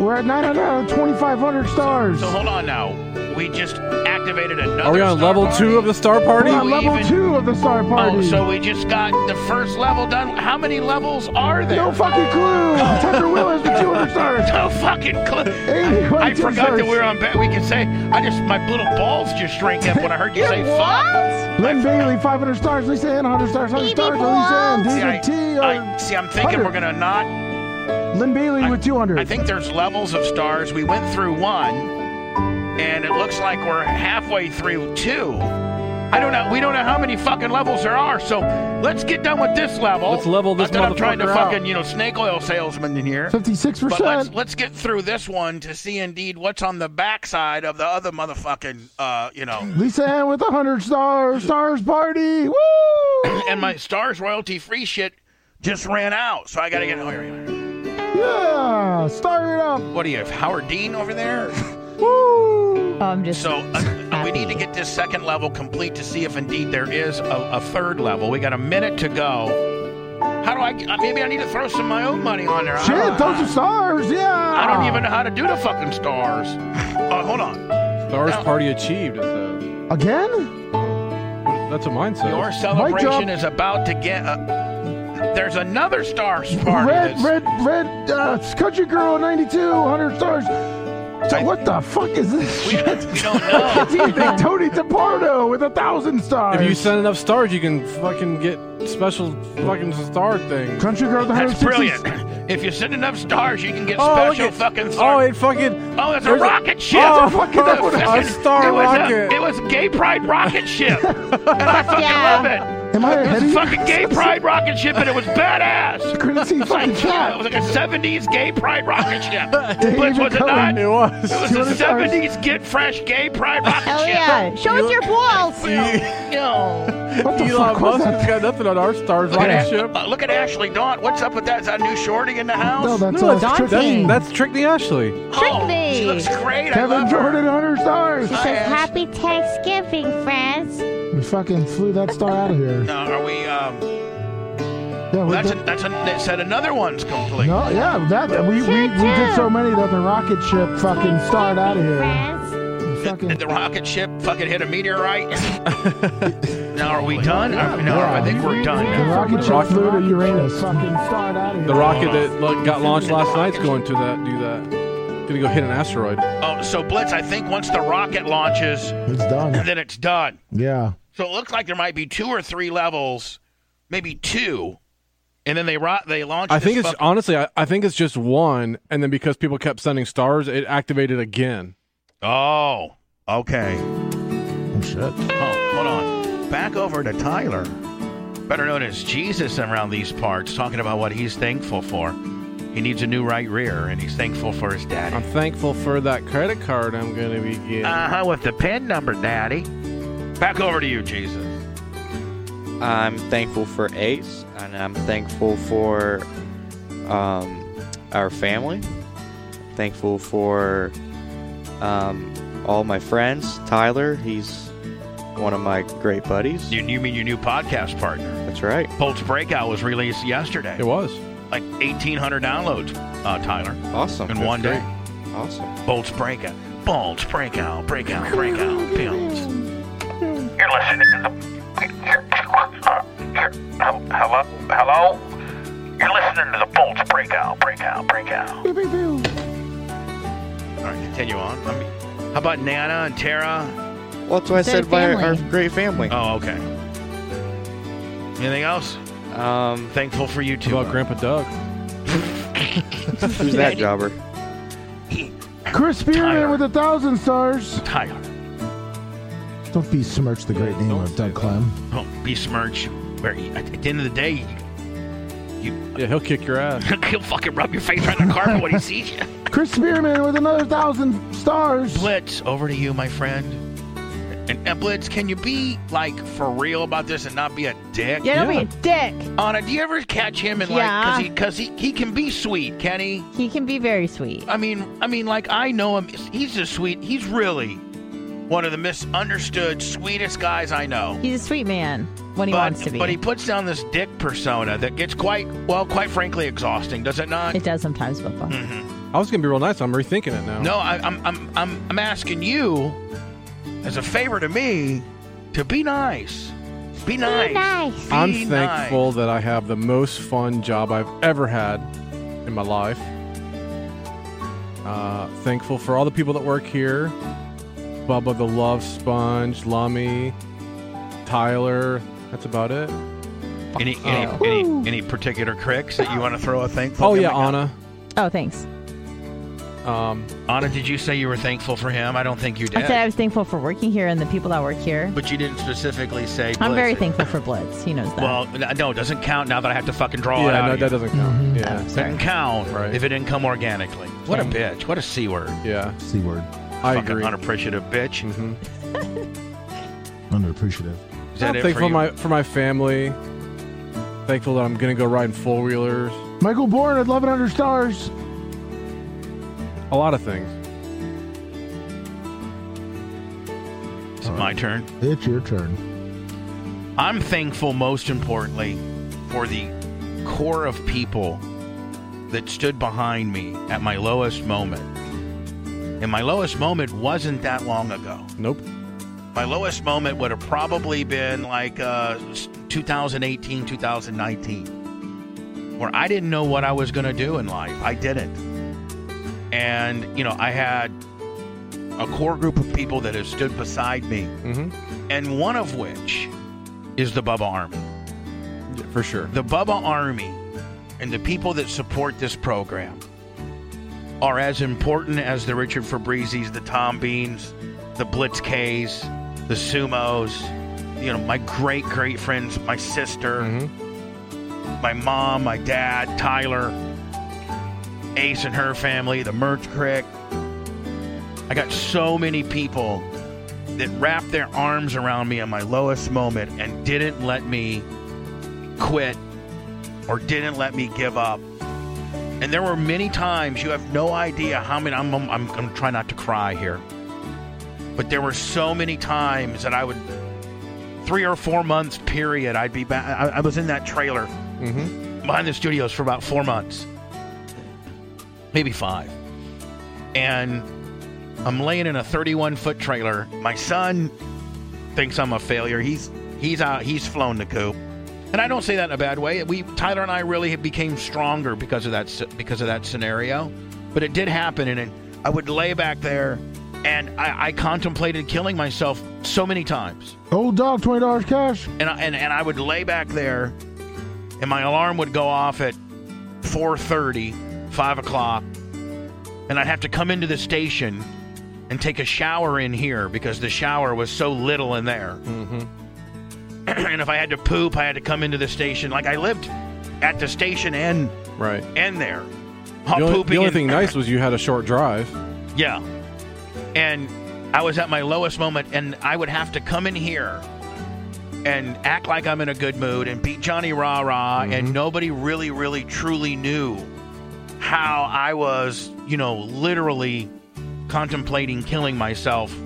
We're at 900 out of 2,500 stars. So hold on now. We just activated another. Are we on star level party? two of the star party? We're on we level even- two of the star party. Oh, so we just got the first level done. How many levels are there? no fucking clue. Tucker Willis with 200 stars. No fucking clue. Hey, I, I what forgot is that this? we were on bet. We can say. I just my little balls just shrank up when I heard you say fuck. Lynn Bailey, 500 stars. Lisa Ann, 100 stars. 100 stars. Lisa See, Ann, I, David T. uh, I, see, I'm thinking 100. we're gonna not. Lynn Bailey with 200. I think there's levels of stars. We went through one, and it looks like we're halfway through two. I don't know. We don't know how many fucking levels there are. So let's get done with this level. Let's level this Not that I'm trying to motherfucker out. fucking you know snake oil salesman in here. 56%. But let's let's get through this one to see indeed what's on the backside of the other motherfucking uh you know. Lisa Ann with a 100 stars, stars party. Woo! and my stars royalty free shit just ran out, so I gotta get. Oh, here we are. Yeah, start it up. What do you have, Howard Dean over there? Woo! Oh, I'm just so uh, we need to get this second level complete to see if indeed there is a, a third level. We got a minute to go. How do I? uh, Maybe I need to throw some of my own money on there. I Shit, don't- those are stars. Yeah. I don't even know how to do the fucking stars. Oh, hold on. Stars party achieved. Is a, Again? that's a mindset. Your drop. celebration is about to get. A, there's another stars party. Red, that's- red, red, uh, Country Girl 92, 100 stars. So what the fuck is this shit? It's even Tony DePardo with a thousand stars. If you send enough stars, you can fucking get special fucking star things. Country Girl That's brilliant. If you send enough stars, you can get Oh, look special at- fucking. Oh, Star- it fucking. Oh, that's a there's rocket ship! Oh, It's a fucking- a fucking- star it was a- rocket. it was a gay pride rocket ship, and I fucking love it. Am I it was ahead of a you? fucking gay pride rocket ship, and it was badass. Couldn't see It was like- fucking cat. It was like a '70s gay pride rocket ship. Which even was it come not? in? It was. It was a '70s get fresh gay pride rocket Hell ship. yeah. Show us your balls. What the Elon fuck was Musk has that? got nothing on our stars Look rocket at, ship. uh, look at Ashley Dawn. What's up with that? Is that new shorty in the house? No, that's No, uh, that's- Trick That's, Dang. that's Trickney Ashley. oh, She looks great. I Kevin love Jordan, her. 100 stars. Hi, Ash. Happy Thanksgiving, friends. We fucking flew that star out of here. No, are we? Um, Yeah, we that's a, did- that's a, that said another one's complete. no, yeah, that we, we, we did so many that the rocket ship fucking starred out of here. Did Fucking, the rocket ship fucking hit a meteorite? now are we done? Are- no, Yeah. I think we're done. the Now. rocket ship Rocket- flew to Uranus. Fucking The Oh. rocket that like, got launched last night's going to that do that. Gonna go hit an asteroid. Oh, so Blitz, I think once the rocket launches, It's done. then it's done. Yeah. So it looks like there might be two or three levels, maybe two, and then they ro- they launch. I this think it's fuck- honestly, I, I think it's just one, and then because people kept sending stars, it activated again. oh, okay. Oh, shit. Oh, hold on. Back over to Tyler, better known as Jesus around these parts, talking about what he's thankful for. He needs a new right rear, and he's thankful for his daddy. I'm thankful for that credit card I'm gonna be getting. Uh huh, with the pin number, Daddy. Back over to you, Jesus. I'm thankful for Ace, and I'm thankful for um, our family. Thankful for um, all my friends. Tyler, he's one of my great buddies. You, you mean your new podcast partner? That's right. Bolt's Breakout was released yesterday. it was. Like 1,800 downloads, uh, Tyler, Awesome. in That's one day. great. Awesome. Bolt's Breakout. Bolt's Breakout, Breakout, Breakout, Pills. You're listening to the. Hello? Hello? You're listening to the Bolts Breakout, Breakout, Breakout. All right, continue on. Let me. How about Nana and Tara? Well, that's what I Their said by our family. great family. Oh, okay. Anything else? Um, Thankful for you About too. Grandpa Doug. who's that jobber? Chris Tyler. Spearman with a thousand stars. Tyler. Don't besmirch the great name of Doug Clem. Oh, besmirch. Where at the end of the day, Yeah, he'll kick your ass. he'll fucking rub your face right on the carpet when he sees you. Chris Spearman with another thousand stars. Blitz, over to you, my friend. And, and Blitz, can you be like for real about this and not be a dick? Yeah, don't Yeah. be a dick. Anna, do you ever catch him and Yeah. like because he, 'cause he he can be sweet, can he? He can be very sweet. I mean, I mean, like I know him. He's a sweet. He's really one of the misunderstood, sweetest guys I know. He's a sweet man when he but, wants to be. but he puts down this dick persona that gets quite well, quite frankly, exhausting. Does it not? it does sometimes, Bubba. Mm-hmm. I was gonna be real nice. I'm rethinking it now. No, I, I'm, I'm, I'm, I'm asking you, as a favor to me, to be nice. Be nice. nice. Be I'm nice. thankful that I have the most fun job I've ever had in my life. Uh, thankful for all the people that work here Bubba the Love Sponge, Lummy, Tyler. That's about it. Any, any, Oh. any, any particular cricks that you want to throw a thankful? Oh, yeah, gimmick at? Anna. Oh, thanks. Um, Anna, did you say you were thankful for him? I don't think you did. I said I was thankful for working here and the people that work here. but you didn't specifically say. I'm very Blitz. thankful for Blitz. He knows that. Well, n- no, it doesn't count now that Oh, I have to fucking draw it Yeah, out. no, that of you. Mm-hmm. doesn't count. Mhm. Yeah. doesn't count if it didn't come organically. What a bitch. What a c word. Yeah, C word. I fucking agree. unappreciative bitch. Mm-hmm. Underappreciative. Is that I'm it for thankful you? my for my family. Thankful that I'm gonna go riding four wheelers. Michael Bourne at 1100 stars. A lot of things. It's my turn. It's your turn. I'm thankful, most importantly, for the core of people that stood behind me at my lowest moment. And my lowest moment wasn't that long ago. Nope. My lowest moment would have probably been like uh, s- 2018, 2019, where I didn't know what I was going to do in life. I didn't. And, you know, I had a core group of people that have stood beside me, and one of which is the Bubba Army. for sure. The Bubba Army and the people that support this program are as important as the Richard Fabrizis, the Tom Beans, the Blitz K's, the Sumos, you know, my great, great friends, my sister, my mom, my dad, Tyler, Ace and her family, the Merch Crick. I got so many people that wrapped their arms around me in my lowest moment and didn't let me quit or didn't let me give up. And there were many times you have no idea how many. I'm I'm, I'm, I'm trying not to cry here, but there were so many times that I would three or four months period. I'd be back. I, I was in that trailer behind the studios for about four months, maybe five, and I'm laying in a 31 foot trailer. My son thinks I'm a failure. He's he's out. He's flown the coop, and I don't say that in a bad way. We Tyler and I really became stronger because of that s- because of that scenario, but it did happen, and it, I would lay back there, and I, I contemplated killing myself so many times Old dog, $20 cash. and I, and and I would lay back there, and my alarm would go off at 4:30, 5 o'clock, and I'd have to come into the station and take a shower in here because the shower was so little in there. Mm-hmm. and if I had to poop, I had to come into the station. Like I lived at the station and Right. and there, The Hot only, the pooping only and- thing nice was you had a short drive. yeah. And I was at my lowest moment, and I would have to come in here and act like I'm in a good mood and be Johnny Rah Rah, and nobody really, really, truly knew how I was, you know, literally contemplating killing myself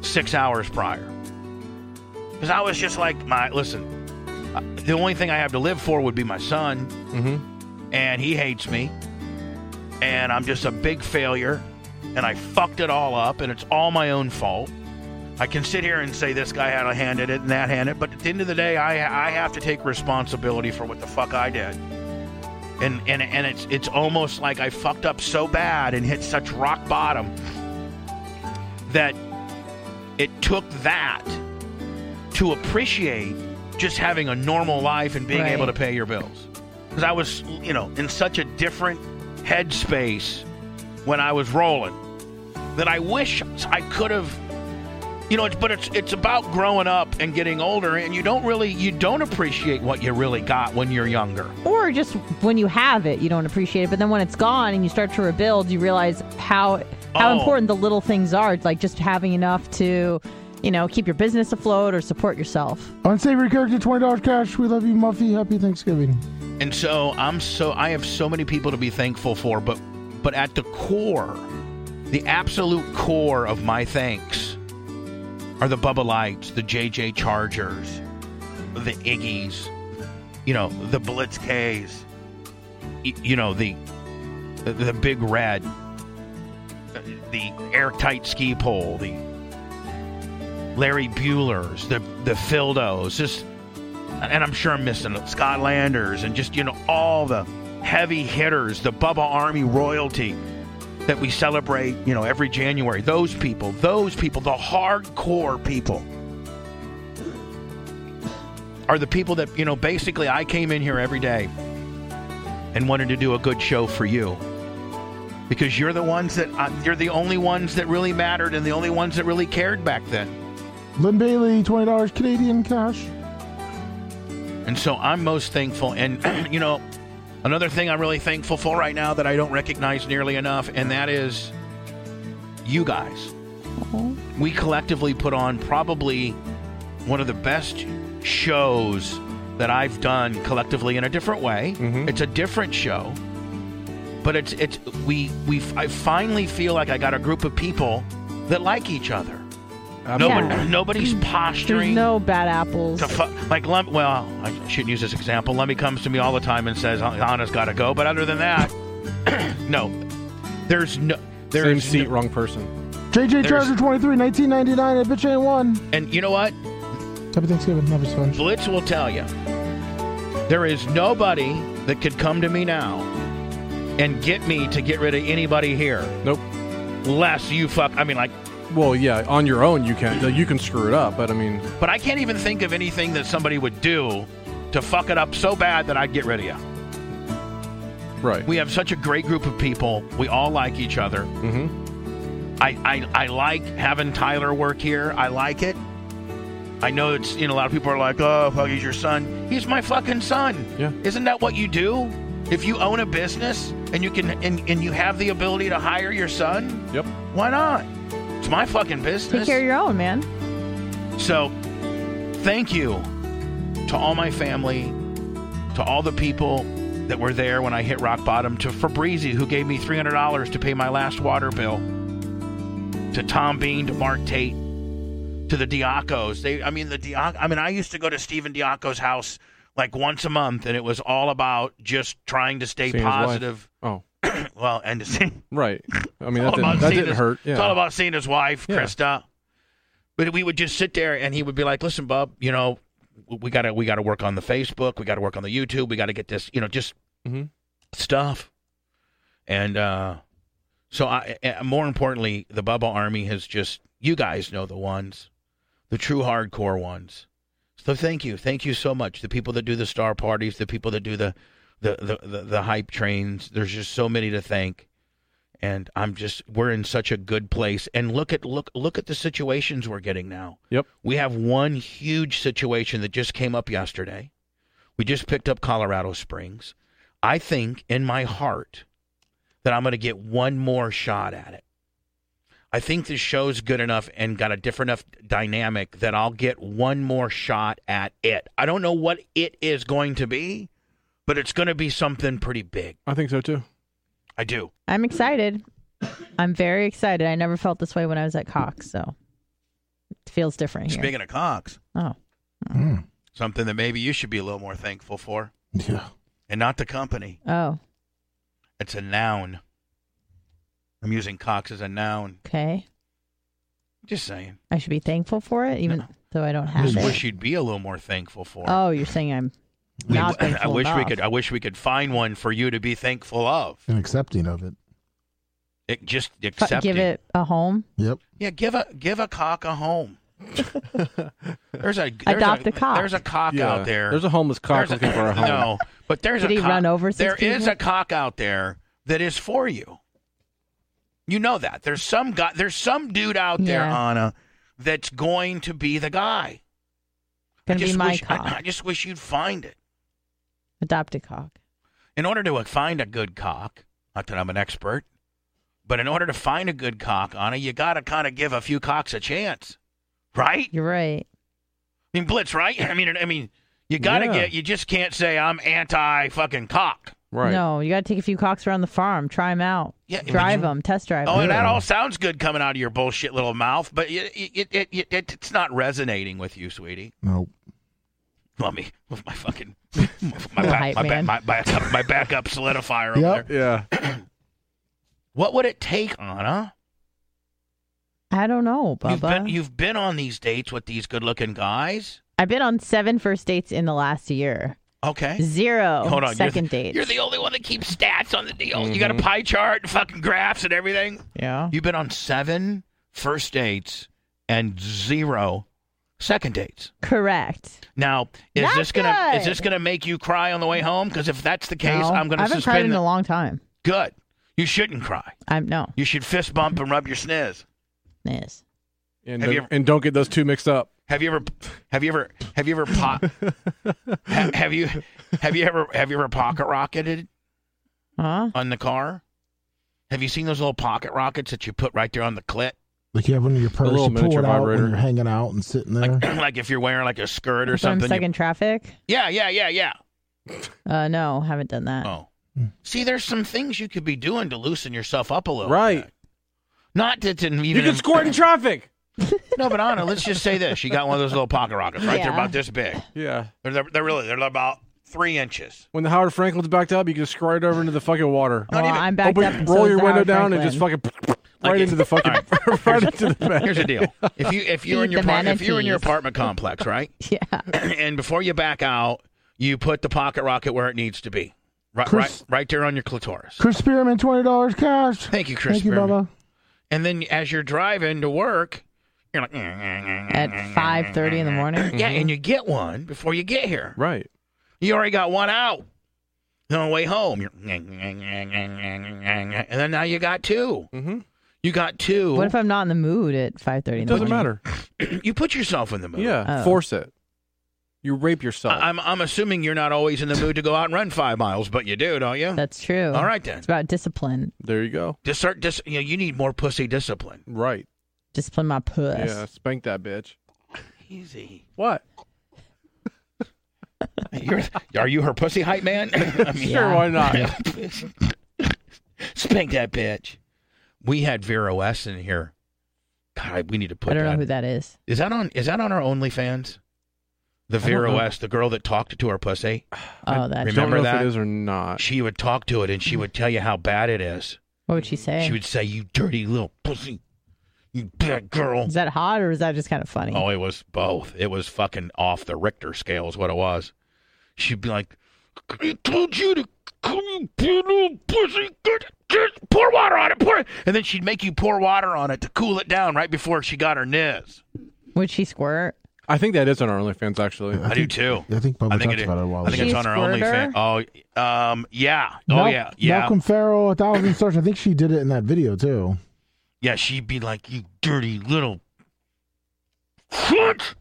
six hours prior. Because I was just like, my listen, uh, the only thing I have to live for would be my son, and he hates me, and I'm just a big failure, and I fucked it all up, and it's all my own fault. I can sit here and say this guy had a hand at it and that hand at it, but at the end of the day, I I have to take responsibility for what the fuck I did. And, and, and it's it's almost like I fucked up so bad and hit such rock bottom that it took that to appreciate just having a normal life and being Right. able to pay your bills. Because I was, you know, in such a different headspace when I was rolling that I wish I could have, you know. It's, but it's it's about growing up and getting older, and you don't really you don't appreciate what you really got when you're younger. or just when you have it, you don't appreciate it. But then when it's gone and you start to rebuild, you realize how how Oh. important the little things are. Like just having enough to, you know, keep your business afloat or support yourself. Unsavory character, $20 cash. We love you, Muffy. Happy Thanksgiving. And so I'm so I have so many people to be thankful for, but but at the core, the absolute core of my thanks are the Bubba Lights, the JJ Chargers, the Iggies, you know, the Blitz K's, y- you know, the the, the Big Red, the, the airtight ski pole, the Larry Bueller's, the the Fildos, just and I'm sure I'm missing it, Scott Landers and just you know all the heavy hitters, the Bubba Army royalty that we celebrate, you know, every January. Those people, those people, the hardcore people are the people that, you know, basically I came in here every day and wanted to do a good show for you. because you're the ones that uh, you're the only ones that really mattered and the only ones that really cared back then. Lynn Bailey, twenty dollars Canadian cash. And so I'm most thankful. And, you know, another thing I'm really thankful for right now that I don't recognize nearly enough, and that is you guys. Mm-hmm. We collectively put on probably one of the best shows that I've done collectively in a different way. Mm-hmm. It's a different show. But it's it's we we I finally feel like I got a group of people that like each other. No one, Absolutely. nobody's posturing. There's no bad apples. To fu- like, Lem- well, I shouldn't use this example. Lemmy comes to me all the time and says, "Anna's got to go." But other than that, no, there's no. There's Same seat, wrong person. JJ There's- Charger 23, 1999. That bitch ain't one. And you know what? Happy Thanksgiving. Love you, sponge. Blitz will tell you there is nobody that could come to me now and get me to get rid of anybody here. Nope. Less you fuck. I mean, like, Well, yeah, on your own you can you can screw it up, but I mean, but I can't even think of anything that somebody would do to fuck it up so bad that I'd get rid of you. right. We have such a great group of people. We all like each other. Mm-hmm. I, I I like having Tyler work here. I like it. I know it's you know a lot of people are like, oh, fuck, he's your son. He's my fucking son. Yeah. Isn't that what you do? If you own a business and you can and, and you have the ability to hire your son, yep. Why not? It's my fucking Take business. care of your own, man. So, thank you to all my family, to all the people that were there when I hit rock bottom, to Fabrizi, who gave me $300 to pay my last water bill, to Tom Bean, to Mark Tate, to the Diacos. They, I mean, the Diac- I mean, I used to go to Stephen Diaco's house like once a month, and it was all about just trying to stay Seeing his wife. positive. Oh, well, and to see. right. I mean, It's that all didn't, that about seeing didn't his- hurt. It's all Yeah. about seeing his wife, Yeah. Krista. But we would just sit there, and he would be like, "Listen, Bub, you know, we gotta we gotta work on the Facebook, we gotta work on the YouTube, we gotta get this, you know, just Mhm. stuff." And uh, so, I, uh, more importantly, the Bubba Army has just you guys know the ones, the true hardcore ones. So thank you, thank you so much. The people that do the star parties, the people that do the the the, the, the hype trains. There's just so many to thank and I'm just we're in such a good place. And look at look look at the situations we're getting now. Yep. We have one huge situation that just came up yesterday. We just picked up Colorado Springs. I think in my heart that I'm going to get one more shot at it. I think this show's good enough and got a different enough dynamic that I'll get one more shot at it. I don't know what it is going to be, but it's going to be something pretty big. I think so too. I do. I'm excited. I'm very excited. I never felt this way when I was at Cox, so it feels different here. Speaking of Cox, oh, something that maybe you should be a little more thankful for. Yeah. And not the company. oh, It's a noun. I'm using Cox as a noun. okay. Just saying. I should be thankful for it, even though I don't have Just it. wish you'd be a little more thankful for. Oh, you're saying I'm We- not I thankful wish we enough. could. I wish we could find one for you to be thankful of. And accepting of it. It just Fu- accepting. give it a home. Yep. Yeah, give a give a cock a home. there's a there's Adopt a cock. There's a cock Yeah. out there. There's a homeless cock There's looking for a home. No, but there's Did a he cock. run over six There is people? a cock out there that is for you. You know that there's some guy. There's some dude out there, Yeah. Anna, that's going to be the guy. Gonna I be just my wish, I- cock. I just wish you'd find it. Adopt a cock. In order to uh, find a good cock, not that I'm an expert, but in order to find a good cock, Anna, you got to kind of give a few cocks a chance, right? You're right. I mean, blitz, right? I mean, I mean, you got to Yeah. get. You just can't say I'm anti fucking cock. No, you got to take a few cocks around the farm, try them out, Yeah, but drive you- them, test drive. Oh, and that Yeah. all sounds good coming out of your bullshit little mouth, but it, it, it, it, it, it's not resonating with you, sweetie. Nope. Let me with my fucking my Little back, hype my, back, man. my, back up, my backup solidifier over Yep. there. Yeah. what would it take, Anna? I don't know, You've Bubba. been, you've been on these dates with these good-looking guys. I've been on seven first dates in the last year. Okay. Zero Hold on, you're second the- dates. You're the only one that keeps stats on the deal. You got a Mhm. pie chart and fucking graphs and everything. Yeah. You've been on seven first dates and zero second dates. Correct. Now, is Not this gonna is good. this gonna make you cry on the way home? Because if that's the case, No, I'm gonna I haven't suspend. cried in the- a long time. Good. You shouldn't cry. I'm no. You should fist bump and rub your sniz. Yes. And, Have don't- you ever- and don't get those two mixed up. Have you ever, have you ever, have you ever pot? ha, have you, have you ever, have you ever pocket rocketed huh? on the car? Have you seen those little pocket rockets that you put right there on the clit? Like you have one in your purse, little you pull miniature it out vibrator. when you're hanging out and sitting there. Uh-huh. like if you're wearing like a skirt or So I'm something. stuck you- in traffic. yeah, yeah, yeah, yeah. Uh, no, haven't done that. Oh. Hmm. See, there's some things you could be doing to loosen yourself up a little. Right. Not to, to Oh, even. You can squirt in traffic. No, but Anna, let's just say this: you got one of those little pocket rockets, right? They're Yeah. about this big. Yeah. They're, they're they're really they're about three inches. When the Howard Franklin's backed up, you can just squirt it over into the fucking water. Well, Oh, I'm backed Open- up. and so roll is your the window Howard down and Franklin. just fucking right into the fucking right into the bed. Here's the deal: if you if you're in Feed your the par- if you're in your manatees. apartment complex, right? Yeah. and before you back out, you put the pocket rocket where it needs to be, right right Chris- right there on your clitoris. Chris Spearman, twenty dollars cash. Thank you, Chris Thank you, Spearman. Bubba. And then as you're driving to work, you're like At at 5:30 in the morning? Yeah, and you get one before you get here. Right. You already got one out. Then On the way home, you're and then now you got 2 Mm-hmm. You got two. What if I'm not in the mood at 5:30? in the Doesn't morning? matter. you put yourself in the mood. Yeah. Oh. Force it. You rape yourself. I- I'm I'm assuming you're not always in the mood to go out and run five miles, but you do, don't you? That's true. All right then. It's about discipline. there you go. Dis- dis- you, know, you need more pussy discipline. Right. Discipline my puss. Yeah. Spank that bitch. Easy. What? You're, are you her pussy hype man? I mean, Sure. Why not? Spank that bitch. We had Vera West in here. God, we need to put I don't know that. who that is. Is that on? Is that on our OnlyFans? The don't Vera know. West, the girl that talked to her pussy. Oh, Don't that's know Remember if that? it is or not. She would talk to it and she would tell you how bad it is. what would she say? Eh. She would say, "You dirty little pussy, you bad girl." is that hot or is that just kind of funny? Oh, it was both. It was fucking off the Richter scale, is what it was. She'd be like, "I told you to come, you bad little pussy. Good- Just pour water on it, pour it," and then she'd make you pour water on it to cool it down right before she got her niz. Would she squirt? I think that is on our OnlyFans actually. I do too. I think Bubba I think Oh, talked it- about it a while I think ago. it's She on our squirted her? OnlyFans. Oh, um, yeah. Oh, Mal- yeah. Yeah. Malcolm Farrell, a thousand search. I think she did it in that video too. Yeah, she'd be like, you dirty little cunt.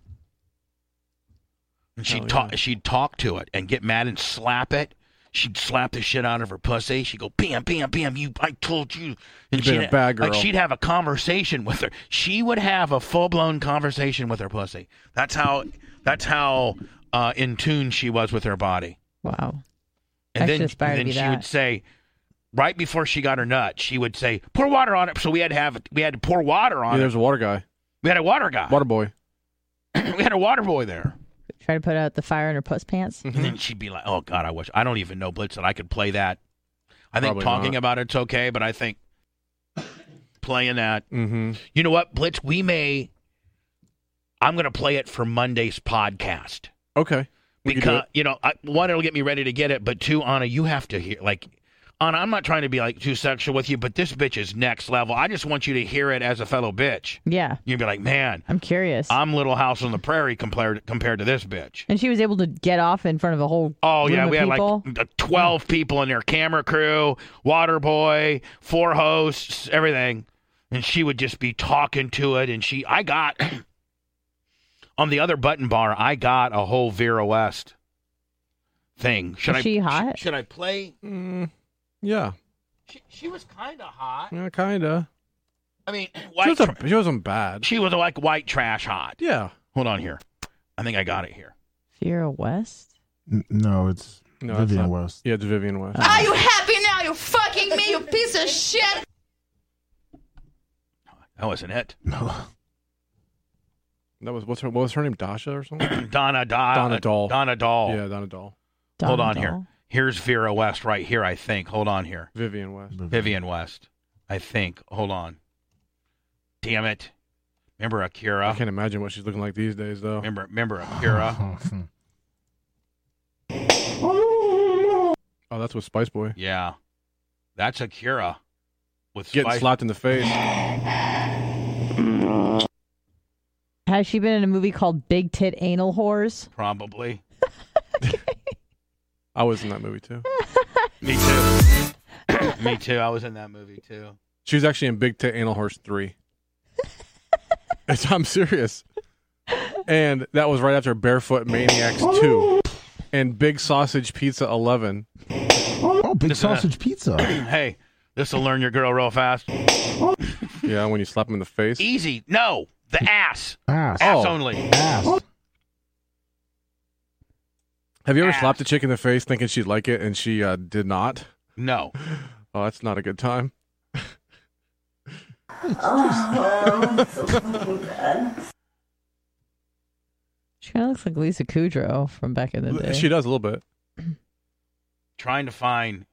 And she'd, Hell talk, yeah. she'd talk to it and get mad and slap it. She'd slap the shit out of her pussy. She'd go, bam, bam, bam, you, I told you. And been she'd- a bad Like, girl. she'd have a conversation with her. She would have a full-blown conversation with her pussy. That's how, that's how uh, in tune she was with her body. Wow. And I then, should aspire and to then be she that. would say, right before she got her nut, she would say, "Pour water on it." So we had to have we had to pour water Yeah, on there's it. a water guy, We had a water guy. water boy. we had a water boy there. Try to put out the fire in her puss pants. Mm-hmm. And then she'd be like, "Oh God, I wish I don't even know Blitz that I could play that." I think Probably talking not. about it's okay, but I think playing that. Mm-hmm. You know what, Blitz? We may. I'm going to play it for Monday's podcast. Okay. We could do because you know I, one it'll get me ready to get it but two anna you have to hear like anna i'm not trying to be like too sexual with you but this bitch is next level i just want you to hear it as a fellow bitch Yeah. you'd be like man I'm curious. i'm little house on the prairie compared compared to this bitch and she was able to get off in front of a whole Oh room yeah, of we had people. like uh, twelve people in there: camera crew, water boy, four hosts, everything. And she would just be talking to it, and she, I got on the other button bar, I got a whole Vera West thing. Should Was I? she hot? sh- should I play? it. Mm, yeah. She, she was kind of hot. Yeah. Kinda. I mean, She white. was a, tra- she wasn't bad. she was like white trash hot. Yeah. Hold on here, I think I got it here. Vera West? N- no, it's No, that's Vivian not- West. Yeah, it's Vivian West. Are you happy now, you fucking me, you piece of shit? That wasn't it. No, That was what's her what was her name? Dasha or something? Donna Doll. Donna Doll. Donna Doll. Yeah, Donna Doll. Hold Donna on here. Doll? Here's Vera West right here, I think. Hold on here. Vivian West. Vivian West, I think. Hold on. Damn it. Remember I Akira? can't imagine what she's looking like these days though. Remember remember Akira? Oh, that's with Spice Boy. yeah. That's Akira. With Getting Spice- slapped in the face. Has she been in a movie called Big Tit Anal Whores? Probably. I was in that movie too. Me too. Me too. I was in that movie too. She was actually in Big Tit Anal Horse 3. It's- I'm serious. And that was right after Barefoot Maniacs 2 and Big Sausage Pizza 11. Oh, Big uh, Sausage Pizza. hey, this will learn your girl real fast. Yeah, when you slap him in the face. Easy. No, the ass. Ah, Ass. Ass Oh. only. Ass. Have you ever slapped a chick in the face thinking she'd like it and she uh, did not? No. Oh, that's not a good time. She kind of looks like Lisa Kudrow from back in the day. She does a little bit. Trying to find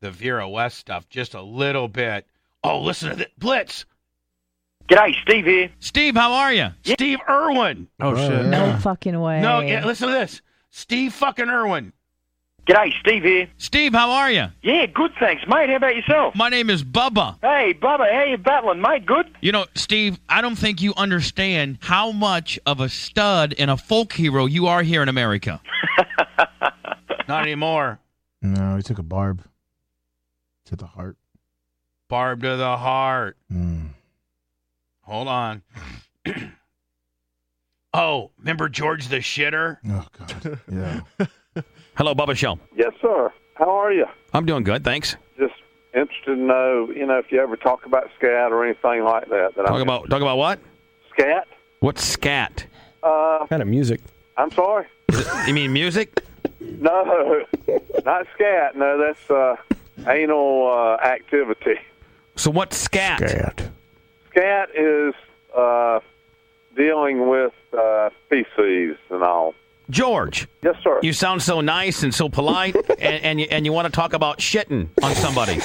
the Vera West stuff just a little bit. Oh, listen to this. Blitz. G'day, Steve here. Steve, how are you? Steve Irwin. Oh, shit. No fucking way. No, yeah, listen to this. Steve fucking Irwin. G'day, Steve here. Steve, how are you? Yeah, good, thanks, mate. How about yourself? My name is Bubba. Hey, Bubba, how you battling, mate? Good? You know, Steve, I don't think you understand how much of a stud and a folk hero you are here in America. Not anymore. No, he took a barb to the heart. Mm. Barb to the heart. Hold on. oh, remember George the Shitter? Oh, God. Yeah. Hello, Bubba Shell. Yes, sir. How are you? I'm doing good, thanks. Just interested to know, you know, if you ever talk about scat or anything like that. That Talk I'm about talk about what? scat. What's scat? Uh, kind of music? I'm sorry. You mean music? No, not scat. No, that's uh, anal uh, activity. So what's scat? Scat. Scat is uh, dealing with uh, feces and all. George. Yes, sir. You sound so nice and so polite, and and you, and you want to talk about shitting on somebody.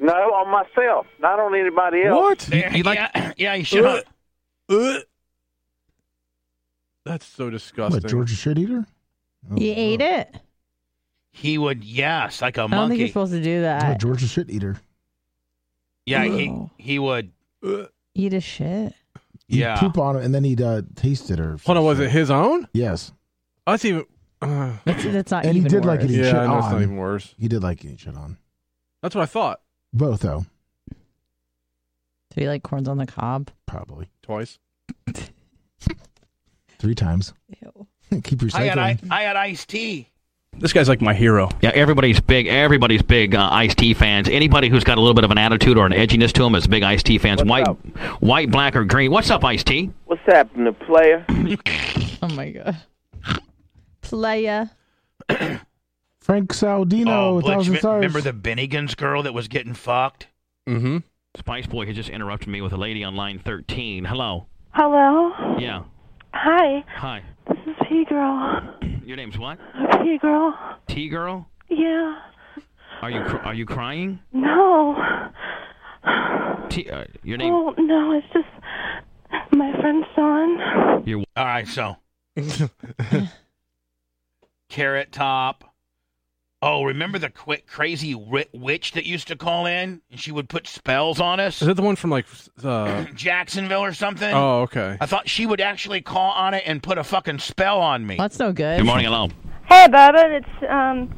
No, on myself, not on anybody else. What? You like? Yeah, yeah you should. Uh, That's so disgusting. What, George a shit eater? Oh. You ate it? He would, yes, like a I don't think you're monkey. supposed to do that. Oh, George a shit eater. yeah, he he would. Eat a shit. He'd Yeah. poop on it and then he'd uh, taste it or. Hold on, was it his own? Yes. That's even. Uh, that's, that's not and he even did like worse. getting Yeah, shit I know on. it's not even worse. He did like getting shit on. That's what I thought. Both though, Did he like corns on the cob? probably Twice. three times. Keep recycling. I got I, I got iced tea. This guy's like my hero. Yeah, everybody's big. Everybody's big uh, Ice T fans. Anybody who's got a little bit of an attitude or an edginess to them is big Ice T fans. white, white, black, or green. What's up, Ice T? What's happening, player? Oh my god. Playa. Frank Saudino, oh, a Blitz, thousand me- stars. remember the Bennigan's girl that was getting fucked? Mm-hmm. Spice Boy has just interrupted me with a lady on line thirteen. Hello. Hello. Yeah. Hi. Hi. This is P Girl. Your name's what? P Girl. T girl. Yeah. Are you cr- are you crying? No. T. Uh, your name. Oh no, it's just my friend Sean. Your. All right, so carrot top. Oh, remember the quick crazy wi- witch that used to call in and she would put spells on us, Is that the one from like? Uh, Jacksonville or something? oh, okay. I thought she would actually call on it and put a fucking spell on me. That's no good. Good morning, hello. Hey, Bubba. It's um,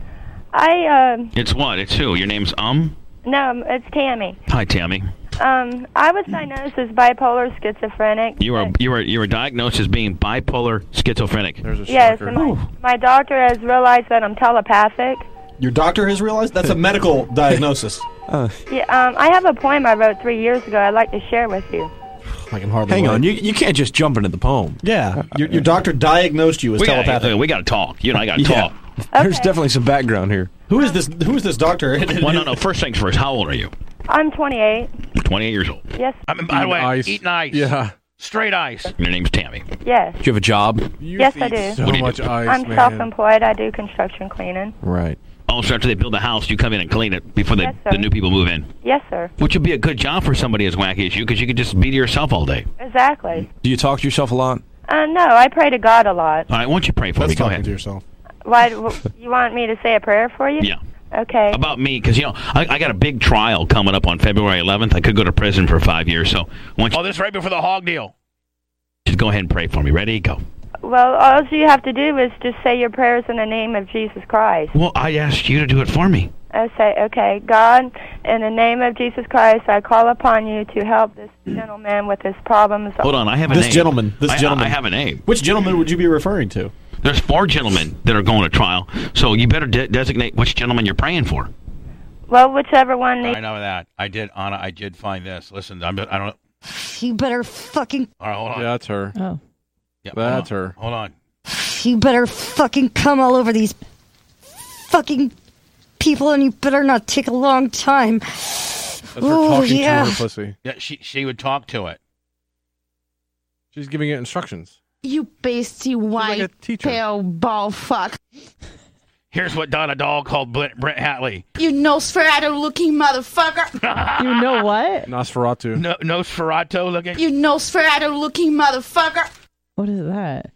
I um, It's what? It's who? Your name's um. no, it's Tammy. Hi, Tammy. Um, I was diagnosed as bipolar schizophrenic. You are you are you are diagnosed as being bipolar schizophrenic. There's Yes, and my, my doctor has realized that I'm telepathic. Your doctor has realized that's a medical diagnosis. Yeah, um, I have a poem I wrote three years ago. I'd like to share with you. I can hardly. Hang wait. on, you you can't just jump into the poem. Yeah, your, your doctor diagnosed you as we telepathic. Gotta, we got to talk. You and I got to Yeah. talk. There's definitely some background here. Who is this? Who is this doctor? well, no, no. First things first. How old are you? I'm 28. 28 years old. Yes. I'm, by the way, Ice. eating ice. Yeah. Straight ice. Your name's Tammy. Yes. Do you have a job? yes, I do. What do you do? I'm self-employed. I do construction cleaning. Right. Also, after they build the house, you come in and clean it before the, Yes, sir. the new people move in. Yes, sir. Which would be a good job for somebody as wacky as you, because you could just be to yourself all day. Exactly. Do you talk to yourself a lot? Uh, no, I pray to God a lot. All right, why don't you pray for me? Go ahead. yourself. Why? w- you want me to say a prayer for you? Yeah. Okay. About me, because you know I, I got a big trial coming up on February 11th. I could go to prison for five years. So, why don't you Oh, this right before the hog deal. just go ahead and pray for me? Ready? Go. Well, all you have to do is just say your prayers in the name of Jesus Christ. Well, I asked you to do it for me. I say, okay, God, in the name of Jesus Christ, I call upon you to help this gentleman with his problems. Hold on, I have a this name. gentleman. This I- I- gentleman. I have a name. Which gentleman would you be referring to? There's four gentlemen that are going to trial, so you better de- designate which gentleman you're praying for. Well, whichever one I know that. I did, Anna. I did find this. Listen, I'm. I don't. You better fucking All right, hold on. Yeah, that's her. Oh. Yeah, That's hold on. her. Hold on. you better fucking come all over these fucking people and you better not take a long time. That's her talking to her pussy. Yeah, she she would talk to it. She's giving it instructions. You pasty white pale ball fuck. Here's what Donna Doll called Brent, Brent Hatley. You Nosferatu looking motherfucker. you know what? Nosferatu. No, Nosferatu looking. You Nosferatu looking motherfucker. What is that?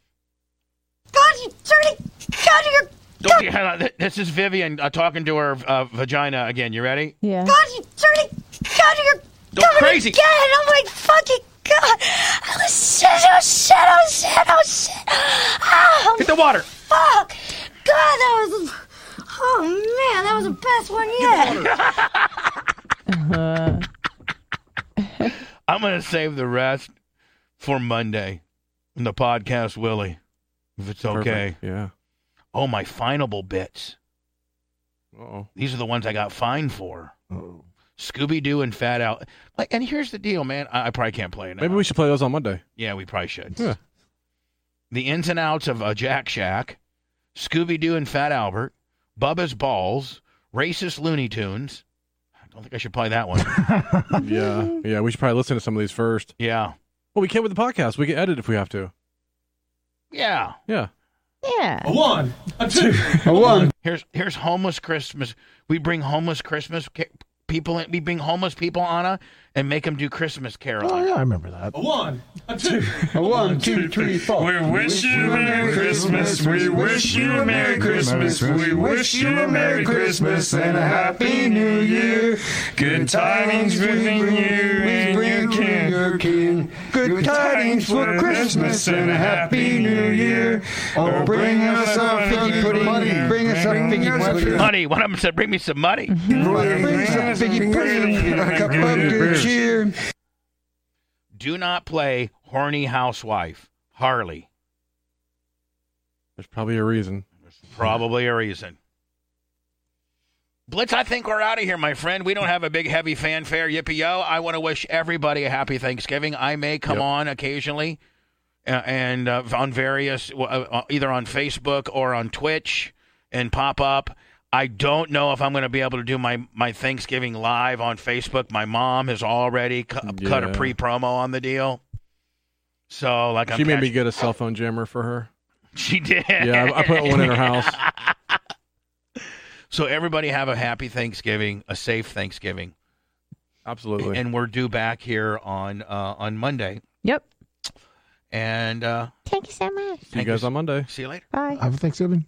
God, you dirty. God, you're. Don't you, hang on. Th- This is Vivian uh, talking to her uh, vagina again. You ready? Yeah. God, you dirty. God, you're Go coming crazy. again. Oh my fucking god. Oh shit, oh shit, oh shit, oh shit. Oh, Hit the water. Fuck. God, that was. Oh man, that was the best one yet. Uh, I'm gonna save the rest for Monday in the podcast, Willie, if it's okay. Perfect, Yeah. Oh, my finable bits. Uh-oh. These are the ones I got fined for. Scooby Doo and Fat Al. Like, and here's the deal, man. I, I probably can't play it. now. Maybe we should play those on Monday. Yeah, we probably should. Yeah. The ins and outs of a Jack Shack, Scooby Doo and Fat Albert, Bubba's Balls, racist Looney Tunes. I don't think I should play that one. yeah. Mm. Uh, Yeah. We should probably listen to some of these first. Yeah. Well, we can with the podcast. We can edit if we have to. yeah. Yeah. Yeah. one, a two, a one. Here's here's homeless Christmas. We bring homeless Christmas ca- people. In, we bring homeless people, Anna, and make them do Christmas caroling. Oh yeah, I remember that. one, a two, a one, two, three, four. We wish you a Merry Christmas. We wish you a Merry Christmas. We wish you a Merry Christmas and a Happy New Year. Good tidings within you and your kin. Good tidings for Christmas and a Happy New Year. Oh, bring us our figgy pudding. Bring us our figgy pudding. Money. One of them said, "Bring me some money." Mm-hmm. Bring us a figgy pudding. A cup of good cheer. Do not play horny housewife Harley. There's probably a reason. Probably a reason. Blitz, I think we're out of here, my friend. We don't have a big, heavy fanfare. Yippee yo! I want to wish everybody a happy Thanksgiving. I may come on occasionally, uh, and uh, on various, uh, uh, either on Facebook or on Twitch, and pop up. I don't know if I'm going to be able to do my my Thanksgiving live on Facebook. My mom has already cu- cut a Yeah. pre promo on the deal, so like I'm she made me catch- get a cell phone jammer for her. She did. Yeah, I- I put one in her house. So everybody have a happy Thanksgiving, a safe Thanksgiving. Absolutely. And we're due back here on uh, on Monday. Yep. And uh, Thank you so much. See you guys on Monday. See you later. Bye. Have a Thanksgiving.